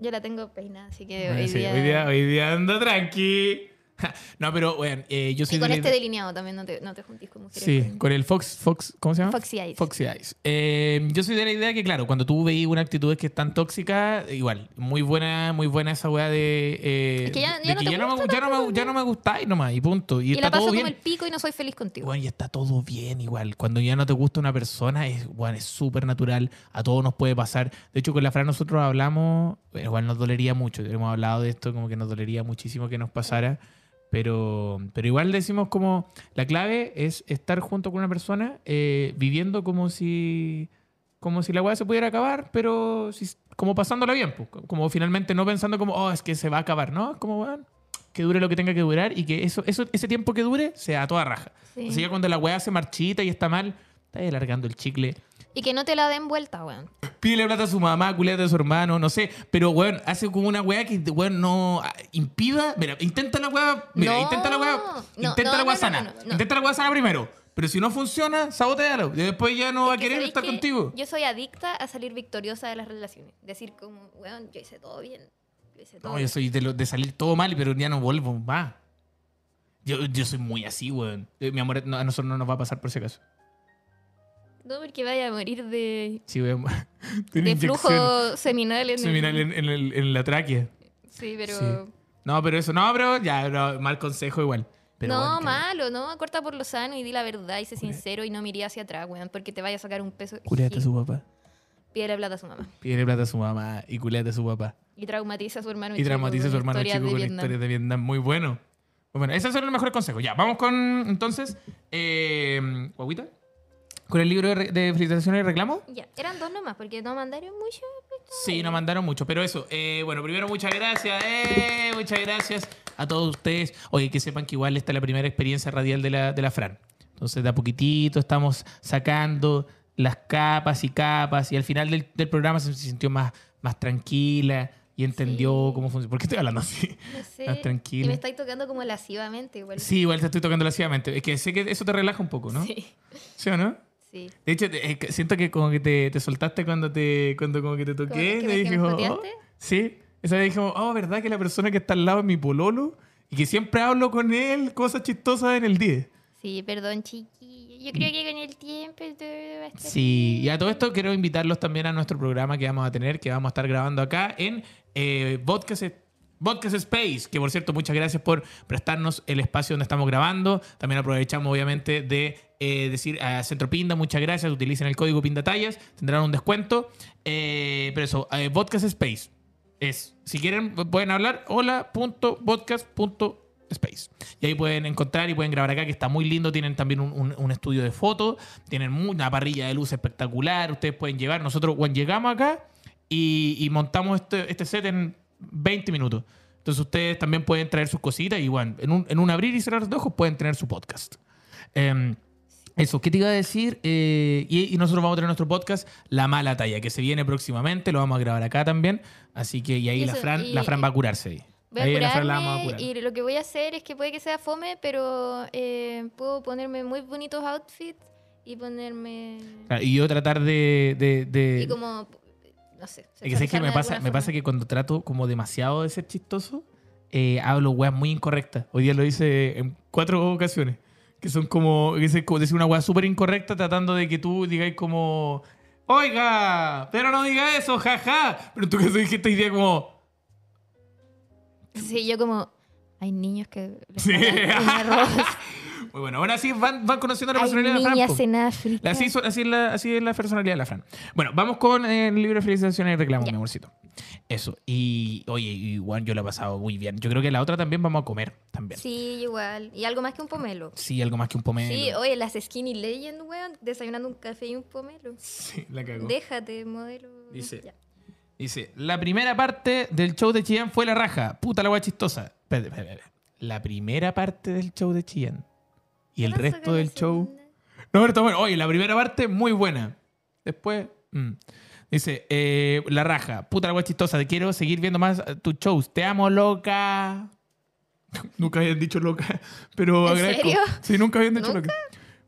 Speaker 3: Yo la tengo peinada, así que
Speaker 2: Bueno,
Speaker 3: hoy,
Speaker 2: Eh, sí,
Speaker 3: día...
Speaker 2: hoy día anda tranqui. No, pero bueno, eh, yo soy
Speaker 3: Y con
Speaker 2: de la
Speaker 3: este
Speaker 2: idea-
Speaker 3: delineado también no te, no te juntís con mujeres.
Speaker 2: Sí,
Speaker 3: con-
Speaker 2: con el Fox, Fox, ¿cómo se llama?
Speaker 3: Foxy Eyes.
Speaker 2: Foxy Eyes. Eh, yo soy de la idea que, claro, cuando tú veis una actitud que es tan tóxica, igual, muy buena, muy buena esa weá de. eh,
Speaker 3: Es que ya-
Speaker 2: de
Speaker 3: ya no te
Speaker 2: ya, no me,
Speaker 3: gusta
Speaker 2: ya no me-
Speaker 3: tampoco,
Speaker 2: ya no me gustáis nomás, y punto. Y,
Speaker 3: Y,
Speaker 2: está
Speaker 3: la paso
Speaker 2: todo
Speaker 3: como
Speaker 2: bien.
Speaker 3: el pico y no soy feliz contigo.
Speaker 2: Bueno, y está todo bien igual. Cuando ya no te gusta una persona, es bueno, es súper natural. A todos nos puede pasar. De hecho, con la Fran nosotros hablamos, bueno, igual nos dolería mucho. Hemos hablado de esto, como que nos dolería muchísimo que nos pasara. Pero, pero igual decimos como la clave es estar junto con una persona eh, viviendo como si como si la weá se pudiera acabar, pero si- como pasándola bien, pues. como finalmente no pensando como, oh, es que se va a acabar, ¿no? Es como, weón, que dure lo que tenga que durar y que eso, eso, ese tiempo que dure sea a toda raja.
Speaker 3: Sí.
Speaker 2: O sea, ya cuando la weá se marchita y está mal, está ahí alargando el chicle.
Speaker 3: Y que no te la den vuelta, weón.
Speaker 2: Pídele plata a su mamá, culete a su hermano, no sé. Pero, weón, hace como una weá que, weón, no ah, impida. Mira, intenta la weá. Mira,
Speaker 3: No,
Speaker 2: intenta la weá.
Speaker 3: no,
Speaker 2: intenta
Speaker 3: no,
Speaker 2: la weá
Speaker 3: no,
Speaker 2: sana.
Speaker 3: no, no, no.
Speaker 2: Intenta la weá sana primero. Pero si no funciona, sabotealo. Y después ya no va a
Speaker 3: Que
Speaker 2: querer
Speaker 3: sabéis
Speaker 2: estar
Speaker 3: que
Speaker 2: contigo.
Speaker 3: Yo soy adicta a salir victoriosa de las relaciones. Decir como, weón, yo hice todo bien. Yo hice todo
Speaker 2: No, yo
Speaker 3: bien.
Speaker 2: soy de, lo- de salir todo mal, pero ya no vuelvo más. Yo, yo soy muy así, weón. Eh, Mi amor, no, a nosotros no nos va a pasar por si acaso.
Speaker 3: No porque vaya a morir de,
Speaker 2: Sí, weón. De una
Speaker 3: de flujo seminal. En el-
Speaker 2: seminal en, en el- en la tráquea.
Speaker 3: Sí, pero...
Speaker 2: Sí. No, pero eso, no, pero ya, no, mal consejo igual. Pero
Speaker 3: no,
Speaker 2: weón, que-
Speaker 3: malo, no. Corta por lo sano y di la verdad y sé sincero y no mirí hacia atrás, weón, porque te vaya a sacar un peso.
Speaker 2: Culeate a su papá.
Speaker 3: Pídele plata a su mamá.
Speaker 2: Pídele plata a su mamá y culeate a su papá.
Speaker 3: Y traumatiza a su hermano.
Speaker 2: Y
Speaker 3: chico
Speaker 2: traumatiza a
Speaker 3: con
Speaker 2: su hermano
Speaker 3: historias
Speaker 2: chico
Speaker 3: de
Speaker 2: con
Speaker 3: Vietnam.
Speaker 2: historias de Vietnam. Muy bueno. Muy Bueno, ese es el mejor consejo. Ya, vamos con, entonces, eh, guaguita, con el libro de, re- de felicitaciones y reclamos.
Speaker 3: Ya, eran dos nomás, porque no mandaron mucho.
Speaker 2: Sí, nos mandaron mucho, pero eso. eh, bueno, primero muchas gracias, eh, muchas gracias a todos ustedes. Oye, que sepan que igual esta es la primera experiencia radial de la, de la Fran. Entonces, de a poquitito estamos sacando las capas y capas y al final del, del programa se, se sintió más, más tranquila y entendió
Speaker 3: Sí.
Speaker 2: cómo funciona. ¿Por qué estoy hablando así?
Speaker 3: No sé.
Speaker 2: Estás tranquila.
Speaker 3: Y me estáis tocando como lascivamente igual.
Speaker 2: Sí, igual te estoy tocando lascivamente. Es que sé que eso te relaja un poco, ¿no? Sí.
Speaker 3: Sí.
Speaker 2: o no?
Speaker 3: sí.
Speaker 2: De hecho, te- eh, siento que como que te, te soltaste cuando te cuando como que te toqué.
Speaker 3: Como que- que
Speaker 2: te
Speaker 3: me- que
Speaker 2: dije
Speaker 3: me
Speaker 2: como,
Speaker 3: joteaste.
Speaker 2: oh, sí. Esa vez dije como, oh, ¿verdad que la persona que está al lado es mi pololo? Y que siempre hablo con él cosas chistosas en el 10.
Speaker 3: Sí, perdón, chiquillo. Yo creo que con el tiempo esto va a estar
Speaker 2: Sí, y
Speaker 3: bien.
Speaker 2: a todo esto quiero invitarlos también a nuestro programa que vamos a tener, que vamos a estar grabando acá en eh, Podcast, Podcast Space, que por cierto, muchas gracias por prestarnos el espacio donde estamos grabando. También aprovechamos, obviamente, de eh, decir a Centro Pinda, muchas gracias, utilicen el código PindaTallas, tendrán un descuento. Eh, pero eso, eh, Podcast Space es, si quieren, pueden hablar, hola.podcast.space. Y ahí pueden encontrar y pueden grabar acá, que está muy lindo. Tienen también un, un- un estudio de fotos, tienen mu- una parrilla de luz espectacular. Ustedes pueden llevar. Nosotros, cuando llegamos acá y, y montamos este, este set en 20 minutos. Entonces, ustedes también pueden traer sus cositas y, bueno, en un, en un abrir y cerrar de ojos pueden tener su podcast. Em, eso, ¿qué te iba a decir? Eh, y, y nosotros vamos a tener nuestro podcast La Mala Talla, que se viene próximamente, lo vamos a grabar acá también. Así que, y ahí
Speaker 3: Y
Speaker 2: la,
Speaker 3: eso,
Speaker 2: Fran,
Speaker 3: y-
Speaker 2: la Fran va a curarse. ahí.
Speaker 3: Voy a
Speaker 2: Ahí la Fran la vamos a
Speaker 3: curarme
Speaker 2: curar.
Speaker 3: y lo que voy a hacer es que puede que sea fome, pero eh, puedo ponerme muy bonitos outfits y ponerme...
Speaker 2: Claro, Y yo tratar de. de- de-
Speaker 3: Y como, no sé.
Speaker 2: es que ¿sabes qué?
Speaker 3: sexualizarme
Speaker 2: me
Speaker 3: de
Speaker 2: pasa,
Speaker 3: alguna
Speaker 2: me pasa
Speaker 3: forma.
Speaker 2: que cuando trato como demasiado de ser chistoso, eh, hablo weas muy incorrectas. Hoy día lo hice en cuatro ocasiones. Que son como. que es como decir una wea súper incorrecta tratando de que tú digáis como. Oiga, pero no diga eso, jaja. Pero en tu caso dijiste hoy día como.
Speaker 3: Sí, yo como, hay niños que... les
Speaker 2: Sí.
Speaker 3: faltan un arroz.
Speaker 2: Muy bueno, ahora sí van, van conociendo la
Speaker 3: hay
Speaker 2: personalidad de la Fran.
Speaker 3: niñas
Speaker 2: po.
Speaker 3: en África.
Speaker 2: Así, son- así es la, así es la personalidad de la Fran. Bueno, vamos con eh, el libro de felicitaciones y reclamos,
Speaker 3: Ya.
Speaker 2: mi amorcito. Eso. Y, oye, y Juan, yo lo he pasado muy bien. Yo creo que la otra también vamos a comer también. Sí,
Speaker 3: Sí, igual. Y algo más que un pomelo.
Speaker 2: algo más que un pomelo.
Speaker 3: Sí, oye, las Skinny Legend, weón, desayunando un café y un pomelo.
Speaker 2: Sí, la cagó.
Speaker 3: Déjate, modelo.
Speaker 2: Dice.
Speaker 3: Ya.
Speaker 2: Dice, la primera parte del show de Chillán fue la raja. Puta la wea chistosa. Espérate, espérate, espérate. La primera parte del show de Chillán. Y el
Speaker 3: ¿Qué pasó
Speaker 2: resto
Speaker 3: con
Speaker 2: del
Speaker 3: la
Speaker 2: show...
Speaker 3: segunda?
Speaker 2: No, pero está bueno. Oye, la primera parte, muy buena. Después, mm. dice, eh, La Raja, puta la wea chistosa, te quiero seguir viendo más eh, tus shows. Te amo, loca. nunca habían dicho loca, pero
Speaker 3: ¿En
Speaker 2: agradezco.
Speaker 3: serio?
Speaker 2: Sí, nunca habían dicho loca.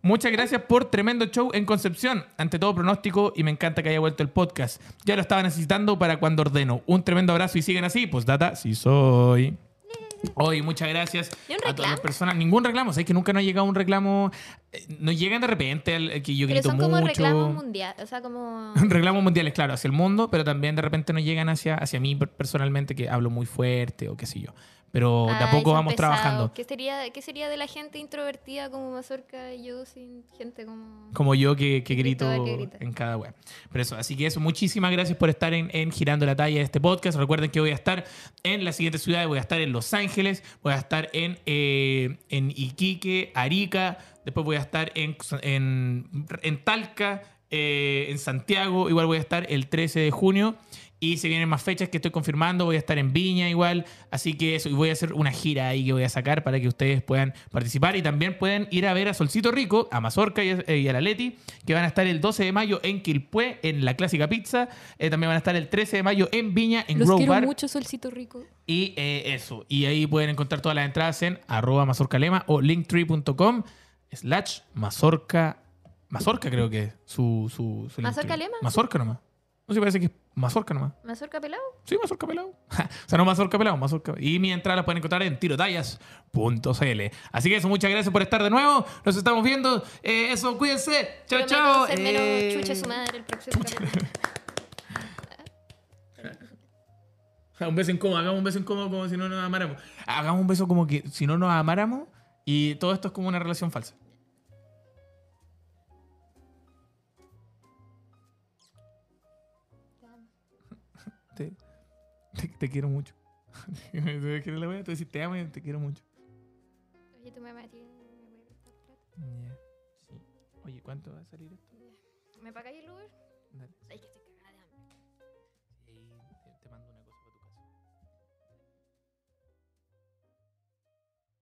Speaker 2: Muchas gracias por tremendo show en Concepción. Ante todo pronóstico y me encanta que haya vuelto el podcast. Ya lo estaba necesitando para cuando ordeno. Un tremendo abrazo y siguen así. Pues data, sí soy. Hoy, muchas gracias
Speaker 3: ¿Y un
Speaker 2: a todas las
Speaker 3: reclamo?
Speaker 2: personas. Ningún reclamo, sabes que nunca nos ha llegado un reclamo. eh, Nos llegan de repente al- eh, que yo
Speaker 3: Pero
Speaker 2: grito
Speaker 3: son como
Speaker 2: mucho.
Speaker 3: reclamos mundiales, o sea, como...
Speaker 2: reclamos mundiales, claro, hacia el mundo, pero también de repente nos llegan hacia, hacia mí per- personalmente que hablo muy fuerte o qué sé yo. Pero de a
Speaker 3: Ay,
Speaker 2: poco
Speaker 3: Ah, son
Speaker 2: vamos
Speaker 3: pesados.
Speaker 2: trabajando.
Speaker 3: ¿Qué sería, ¿Qué sería de la gente introvertida como Mazorca y yo sin gente como...
Speaker 2: Como yo que, que
Speaker 3: El
Speaker 2: grito
Speaker 3: grito, el que grita.
Speaker 2: en cada web. Pero eso, así que eso, muchísimas gracias por estar en, en Girando la Talla de este podcast. Recuerden que voy a estar en las siguientes ciudades, voy a estar en Los Ángeles, voy a estar en, eh, en Iquique, Arica, después voy a estar en, en, en Talca, eh, en Santiago, igual voy a estar el 13 de junio. Y se vienen más fechas que estoy confirmando. Voy a estar en Viña igual. Así que eso. Y voy a hacer una gira ahí que voy a sacar para que ustedes puedan participar. Y también pueden ir a ver a Solcito Rico, a Mazorca y a, eh, y a la Leti, que van a estar el 12 de mayo en Quilpué, en la Clásica Pizza. Eh, también van a estar el 13 de mayo en Viña, en
Speaker 3: Los
Speaker 2: Grow
Speaker 3: quiero
Speaker 2: Bar.
Speaker 3: mucho, Solcito Rico.
Speaker 2: Y eh, eso. Y ahí pueden encontrar todas las entradas en arroba mazorcalema o linktree.com slash mazorca. Mazorca creo que es su, su, su
Speaker 3: ¿Mazorca
Speaker 2: Linktree.
Speaker 3: Lema?
Speaker 2: Mazorca nomás. No sé, parece que es mazorca nomás.
Speaker 3: ¿Mazorca pelado?
Speaker 2: Sí, mazorca pelado. o sea, no mazorca pelado, mazorca. Y mi entrada la pueden encontrar en tirotallas.cl. Así que eso, muchas gracias por estar de nuevo. Nos estamos viendo. Eh, eso, cuídense. Chao,
Speaker 3: Prometo
Speaker 2: chao.
Speaker 3: ser menos
Speaker 2: Eh,
Speaker 3: chucha su madre el próximo capítulo.
Speaker 2: Un beso en coma, hagamos un beso en coma como si no nos amáramos. Hagamos un beso como que si no nos amáramos y todo esto es como una relación falsa. Te, te, te quiero mucho. ¿Te quiero la wea? Tú decís, te amo y te quiero mucho.
Speaker 3: Oye, tu mamá tiene- me voy a prestar plata.
Speaker 2: Oye, ¿cuánto va a salir esto?
Speaker 3: ¿Me pagáis el Uber?
Speaker 2: Dale.
Speaker 3: Ay, que estoy